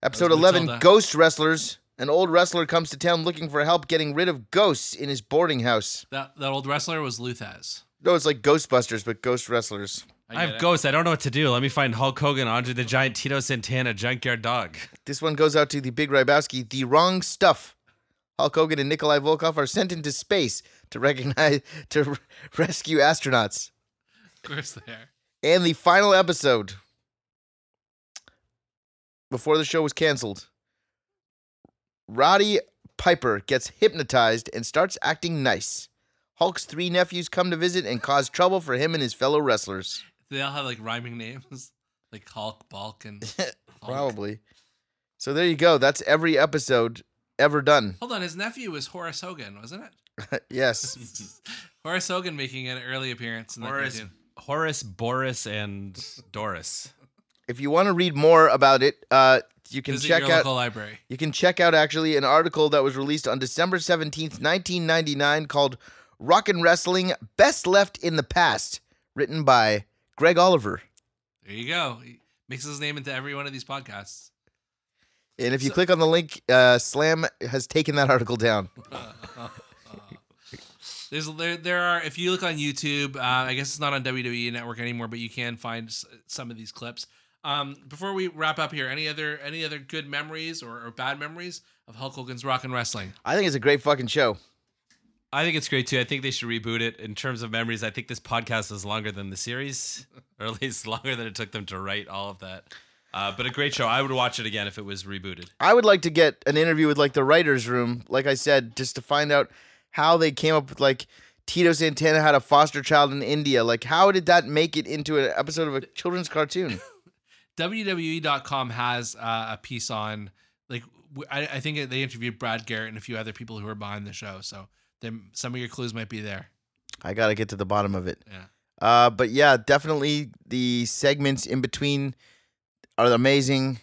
Episode
That's Matilda.
11 Ghost Wrestlers. An old wrestler comes to town looking for help getting rid of ghosts in his boarding house.
That that old wrestler was Luthaz.
No, it's like Ghostbusters, but ghost wrestlers.
I,
get
have
it.
ghosts. I don't know what to do. Let me find Hulk Hogan, Andre the Giant, Tito Santana, Junkyard Dog.
This one goes out to the Big Rybowski. The wrong stuff. Hulk Hogan and Nikolai Volkoff are sent into space to recognize to r- rescue astronauts.
Of course, they are.
And the final episode before the show was canceled. Roddy Piper gets hypnotized and starts acting nice. Hulk's three nephews come to visit and cause trouble for him and his fellow wrestlers.
They all have like rhyming names, like Hulk, Bulk, and Hulk.
Probably. So there you go. That's every episode ever done.
Hold on, his nephew was Horace Hogan, wasn't it?
yes.
Horace Hogan making an early appearance in that
Horace,
cartoon.
Horace, Boris, and Doris.
If you want to read more about it, uh, you can
Visit
check
your
out
local library.
You can check out actually an article that was released on December 17th, 1999 called Rock and Wrestling Best Left in the Past, written by Greg Oliver.
There you go. He makes his name into every one of these podcasts.
And if you click on the link, uh, Slam has taken that article down.
There's there there are if you look on YouTube, uh, I guess it's not on WWE Network anymore, but you can find s- some of these clips. Um, before we wrap up here, any other any other good memories or, or bad memories of Hulk Hogan's Rock and Wrestling?
I think it's a great fucking show.
I think it's great too. I think they should reboot it. In terms of memories, I think this podcast is longer than the series, or at least longer than it took them to write all of that. Uh, but a great show. I would watch it again if it was rebooted.
I would like to get an interview with like the writers' room, like I said, just to find out how they came up with like Tito Santana had a foster child in India. Like, how did that make it into an episode of a children's cartoon?
WWE.com E has uh, a piece on like w- I, I think they interviewed Brad Garrett and a few other people who are behind the show, so then some of your clues might be there.
I gotta get to the bottom of it.
Yeah.
Uh, but yeah, definitely the segments in between are amazing.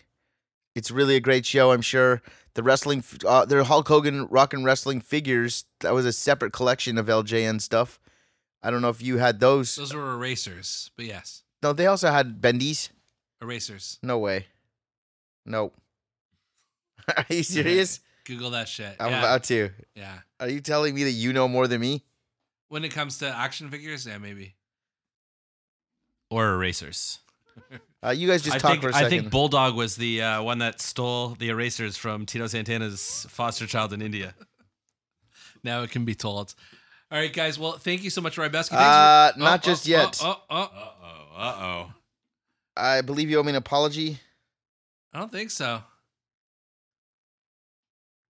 It's really a great show, I'm sure. The wrestling, f- uh, their Hulk Hogan rock and wrestling figures. That was a separate collection of LJN stuff. I don't know if you had those.
Those were erasers, but yes,
No, they also had Bendy's.
erasers.
No way. Nope. Are you serious?
Google that shit.
I'm
yeah,
about to.
yeah.
Are you telling me that you know more than me?
When it comes to action figures, yeah, maybe.
Or erasers.
Uh, you guys just
I
talk
think,
for a
I
second.
think Bulldog was the uh, one that stole the erasers from Tito Santana's foster child in India.
Now it can be told. All right, guys. Well, thank you so much, Roy Besky. Thanks for-
Uh,
Oh,
not
oh,
just
oh,
yet.
Oh, oh,
Uh oh. Uh oh.
I believe you owe me an apology.
I don't think so.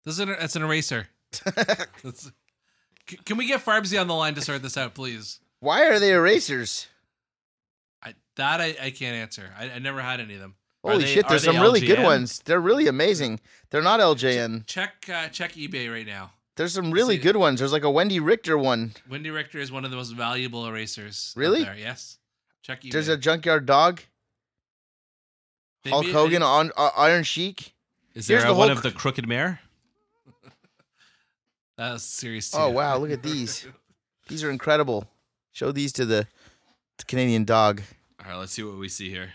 This is an, that's an eraser. That's- C- can we get Farbsy on the line to sort this out, please?
Why are they erasers?
I, that I, I can't answer. I, I never had any of them.
Are
Holy
they-
shit,
are
there's
they
some really good
LGN?
ones. They're really amazing. They're not LJN.
Check uh, check eBay right now.
There's some really
See-
good ones. There's like a Wendy Richter one.
Wendy Richter is one of the most valuable erasers. out
Really?
There. Yes. Check eBay.
There's a Junkyard Dog.
They
Hulk
made- they-
Hogan on uh, Iron Sheik.
Is
Here's the
there a, one
whole
of the crooked mare?
That was serious.
Oh
too.
wow, look at these. These are incredible. Show these to the, the Canadian dog.
All right, let's see what we see here.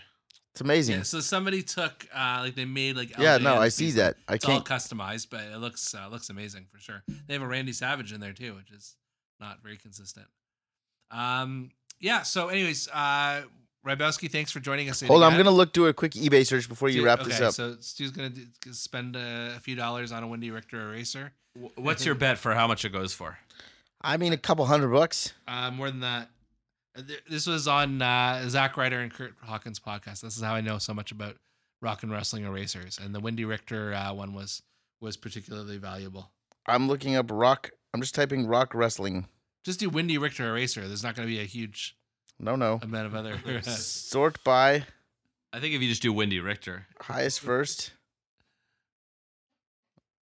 It's amazing.
Yeah, so somebody took uh like they made like
yeah,
LJN
no, I see
pieces.
that. I
It's all
can't.
customized, but it looks uh, looks amazing for sure. They have a Randy Savage in there too, which is not very consistent. Um, yeah. So, anyways, uh, Rybowski, thanks for joining us.
Hold on, I'm
again.
gonna look do a quick eBay search before you
Stu-
wrap
okay,
this up.
So Stu's gonna do, spend a, a few dollars on a Wendy Richter eraser.
Wh- What's your bet for how much it goes for?
I mean, a couple hundred bucks.
Uh, more than that. Uh, th- This was on uh, Zach Ryder and Kurt Hawkins podcast. This is how I know so much about rock and wrestling erasers, and the Wendy Richter uh, one was was particularly valuable.
I'm looking up rock. I'm just typing rock wrestling.
Just do Wendy Richter eraser. There's not going to be a huge
No, no.
amount of other.
Sort by
I think if you just do Wendy Richter,
highest first.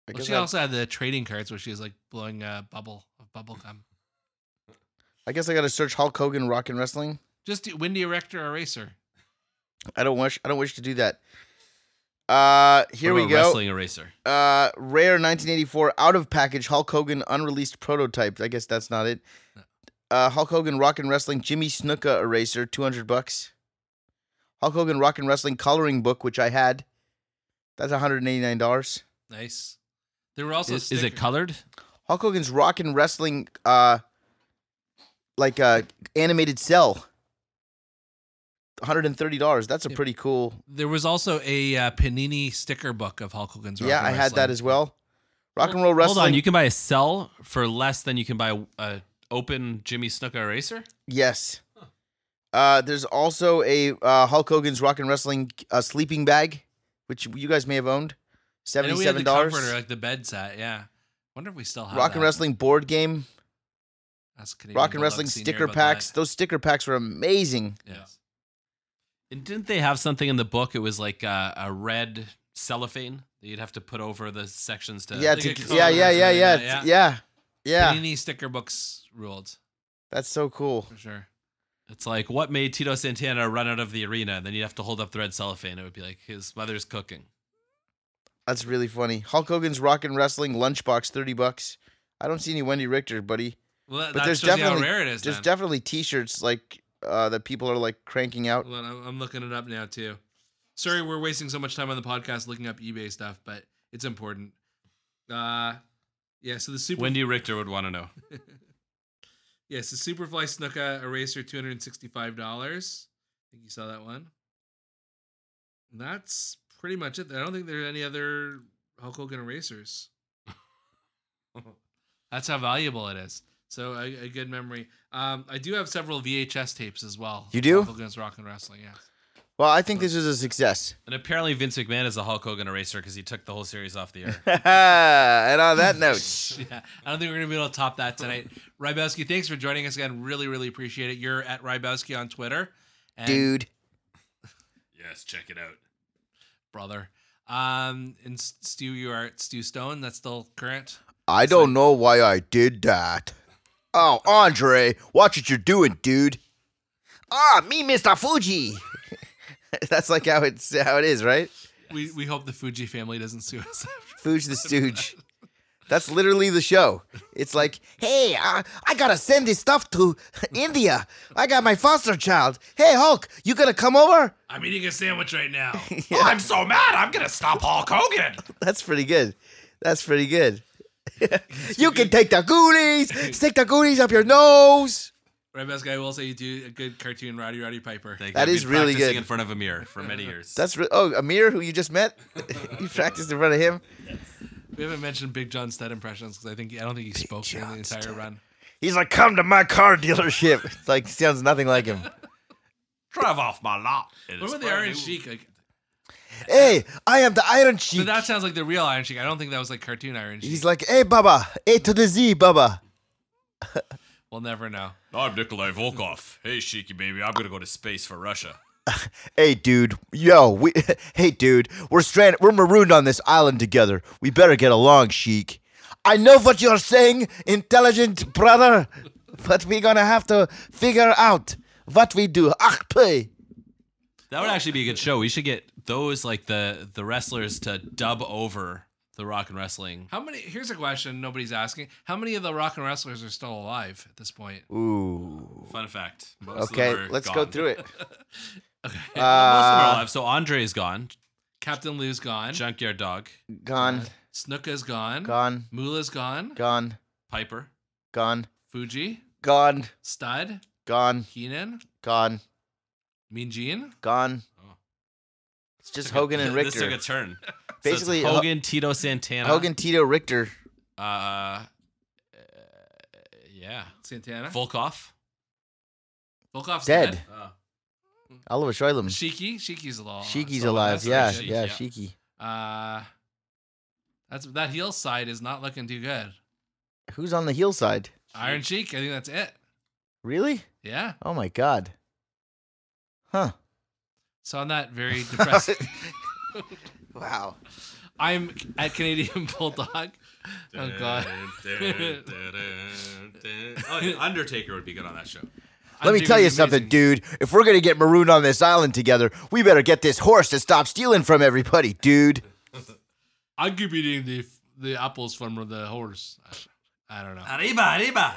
I
Well,
guess
she
I,
also had the trading cards where she was like blowing a bubble of bubble gum.
I guess I gotta search Hulk Hogan rock and wrestling.
Just do Wendy Richter eraser.
I don't wish. I don't wish to do that. Uh, here
what
we
about
go.
Wrestling eraser.
Uh, rare 1984 out of package Hulk Hogan unreleased prototype. I guess that's not it. Uh, Hulk Hogan rock and wrestling Jimmy Snuka eraser, 200 bucks. Hulk Hogan rock and wrestling coloring book, which I had. That's 189 dollars.
Nice. There were also
Is, is it
stickers.
colored?
Hulk Hogan's rock and wrestling, uh, like uh, animated cell. $130. That's a pretty cool.
There was also a uh, Panini sticker book of Hulk Hogan's. Rock
Yeah,
and
I had
Wrestling.
that as well. Rock and roll
Hold
wrestling.
on, you can buy a cell for less than you can buy a- a open Jimmy Snuka eraser.
Yes. Uh, there's also a uh, Hulk Hogan's Rock and Wrestling uh, sleeping bag, which you guys may have owned.
I know we had
Seventy-seven
the
dollars.
comforter, like the bed set. Yeah. Wonder if we still have
Rock and
that.
Wrestling board game,
Ask Canadian
Rock and
Bulldog
Wrestling
Senior
sticker
about that.
packs. Those sticker packs were amazing.
Yes.
And didn't they have something in the book? It was like a, a red cellophane that you'd have to put over the sections to.
yeah,
they
to,
get
yeah,
colored
yeah,
and
yeah, yeah,
everything
yeah,
like that,
yeah,
Panini sticker books ruled
That's so cool.
for sure.
It's like what made Tito Santana run out of the arena? Then you'd have to hold up the red cellophane. It would be like his mother's cooking.
That's really funny. Hulk Hogan's Rock and Wrestling lunchbox, thirty bucks. I don't see any Wendy Richter, buddy.
Well, that,
But
that
there's
shows you
definitely-
how rare it is.
There's
then.
definitely T-shirts like uh, that people are like cranking out.
Hold on, I'm- I'm looking it up now too. Sorry, we're wasting so much time on the podcast looking up eBay stuff, but it's important. Uh, yeah. So the super,
Wendy Richter would want to know.
yes, the Superfly Snuka eraser, two hundred and sixty-five dollars. I think you saw that one. And that's pretty much it. I don't think there are any other Hulk Hogan erasers. that's how valuable it is. So a, a good memory. Um, I do have several VHS tapes as well.
You do?
Hulk Hogan's Rock and Wrestling. Yeah.
Well, I think this is a success.
And apparently Vince McMahon is a Hulk Hogan eraser because he took the whole series off the air.
and on that note.
yeah, I don't think we're gonna be able to top that tonight. Rybowski, thanks for joining us again. Really, really appreciate it. You're at Rybowski on Twitter, and
dude.
Yes, check it out.
brother. Um, and Stu, you are at Stu Stone. That's still current.
I don't know why I did that. Oh, Andre, watch what you're doing, dude. Ah, me, Mr. Fuji. That's like how it's how it is, right?
We we hope the Fuji family doesn't sue us.
Fuji the Stooge. That's literally the show. It's like, hey, I, I gotta send this stuff to India. I got my foster child. Hey, Hulk, you gonna come over?
I'm eating a sandwich right now.
I'm so mad. I'm gonna stop Hulk Hogan.
That's pretty good. That's pretty good. you can take the goonies, stick the goonies up your nose.
Rybowski, I will say you do a good cartoon, Roddy Roddy Piper.
Like,
That
I've
is
been
really
practicing
good.
in front of a mirror for many years.
That's re- oh Amir, who you just met. you practiced in front of him.
We haven't mentioned Big John Stead impressions because I think I don't think he spoke during the
John
entire run.
He's like, "Come to my car dealership." It's like sounds nothing like him.
Drive off my lot. It
What
is
about the
brand
Iron
new.
Sheik? Like,
hey, I am the Iron Sheik.
but that sounds like the real Iron Sheik. I don't think that was like cartoon Iron Sheik.
He's like, "Hey, Baba, A to the Z, Baba."
we'll never know.
I'm Nikolai Volkov. Hey, Sheiky baby, I'm gonna go to space for Russia.
Hey, dude, yo, we. hey, dude, we're stranded. We're marooned on this island together. We better get along, Sheik. I know what you're saying, intelligent brother, but we're gonna have to figure out what we do. Ach, pay.
That would actually be a good show. We should get those like the the wrestlers to dub over the rock and wrestling.
How many? Here's a question nobody's asking. How many of the rock and wrestlers are still alive at this point?
Ooh.
Fun fact. Most of them
Okay,
are
let's go
gone.
through it.
Most of them are
Uh,
alive. So Andre's gone.
Captain Lou's gone.
Junkyard Dog.
Gone,
Snuka's gone.
gone,
Moolah's gone.
gone,
Piper.
gone,
Fuji.
gone,
Stud.
gone,
Keenan.
gone,
Mean Gene.
gone.
Oh.
It's just Hogan and
This took a
Richter.
turn.
Basically,
Basically,
Ho-
Hogan, Tito Santana.
Hogan, Tito, Richter.
Uh, uh, yeah.
Santana.
Volkov.
Volkov's
Dead.
dead.
Oh.
Oliver Schreilum.
Shiki. Shiki's alive.
Shiki's
still
alive. Yeah,
That's
right,
yeah,
yeah.
Shiki.
Uh, that's that heel side is not looking too good.
Who's on the heel side?
Iron Sheik. I think that's it.
Really?
Yeah.
Oh my God. Huh.
So on that very depressing.
Wow.
I'm at Canadian Bulldog. Oh God.
oh, Undertaker would be good on that show.
Let me
Undertaker's
tell you something,
amazing.
dude. If we're gonna get marooned on this island together, we better get this horse to stop stealing from everybody, dude.
I could be eating the the apples from the horse. I don't know.
Arriba, arriba.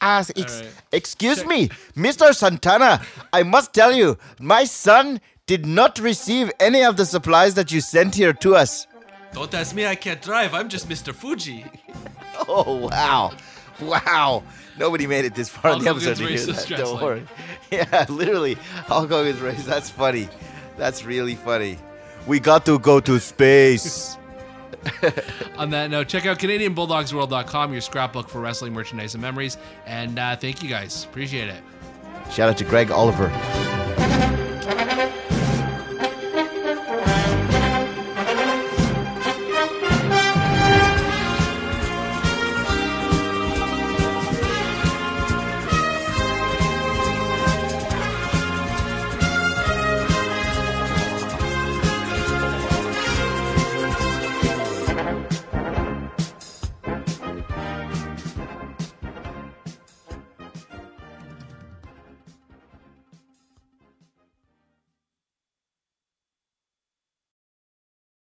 Ah, ex-
right.
Excuse me, Mr. Santana. I must tell you, my son did not receive any of the supplies that you sent here to us.
Don't ask me, I can't drive. I'm just Mr. Fuji.
Oh, wow. Wow. Nobody made it this far in the
Hulk
episode
Hogan's
to hear
racist
that. Don't
wrestling.
worry. Yeah, literally. Hulk Hogan's race. That's funny. That's really funny. We got to go to space.
On that note, check out CanadianBulldogsWorld.com, your scrapbook for wrestling merchandise and memories. And uh, thank you guys. Appreciate it.
Shout out to Greg Oliver.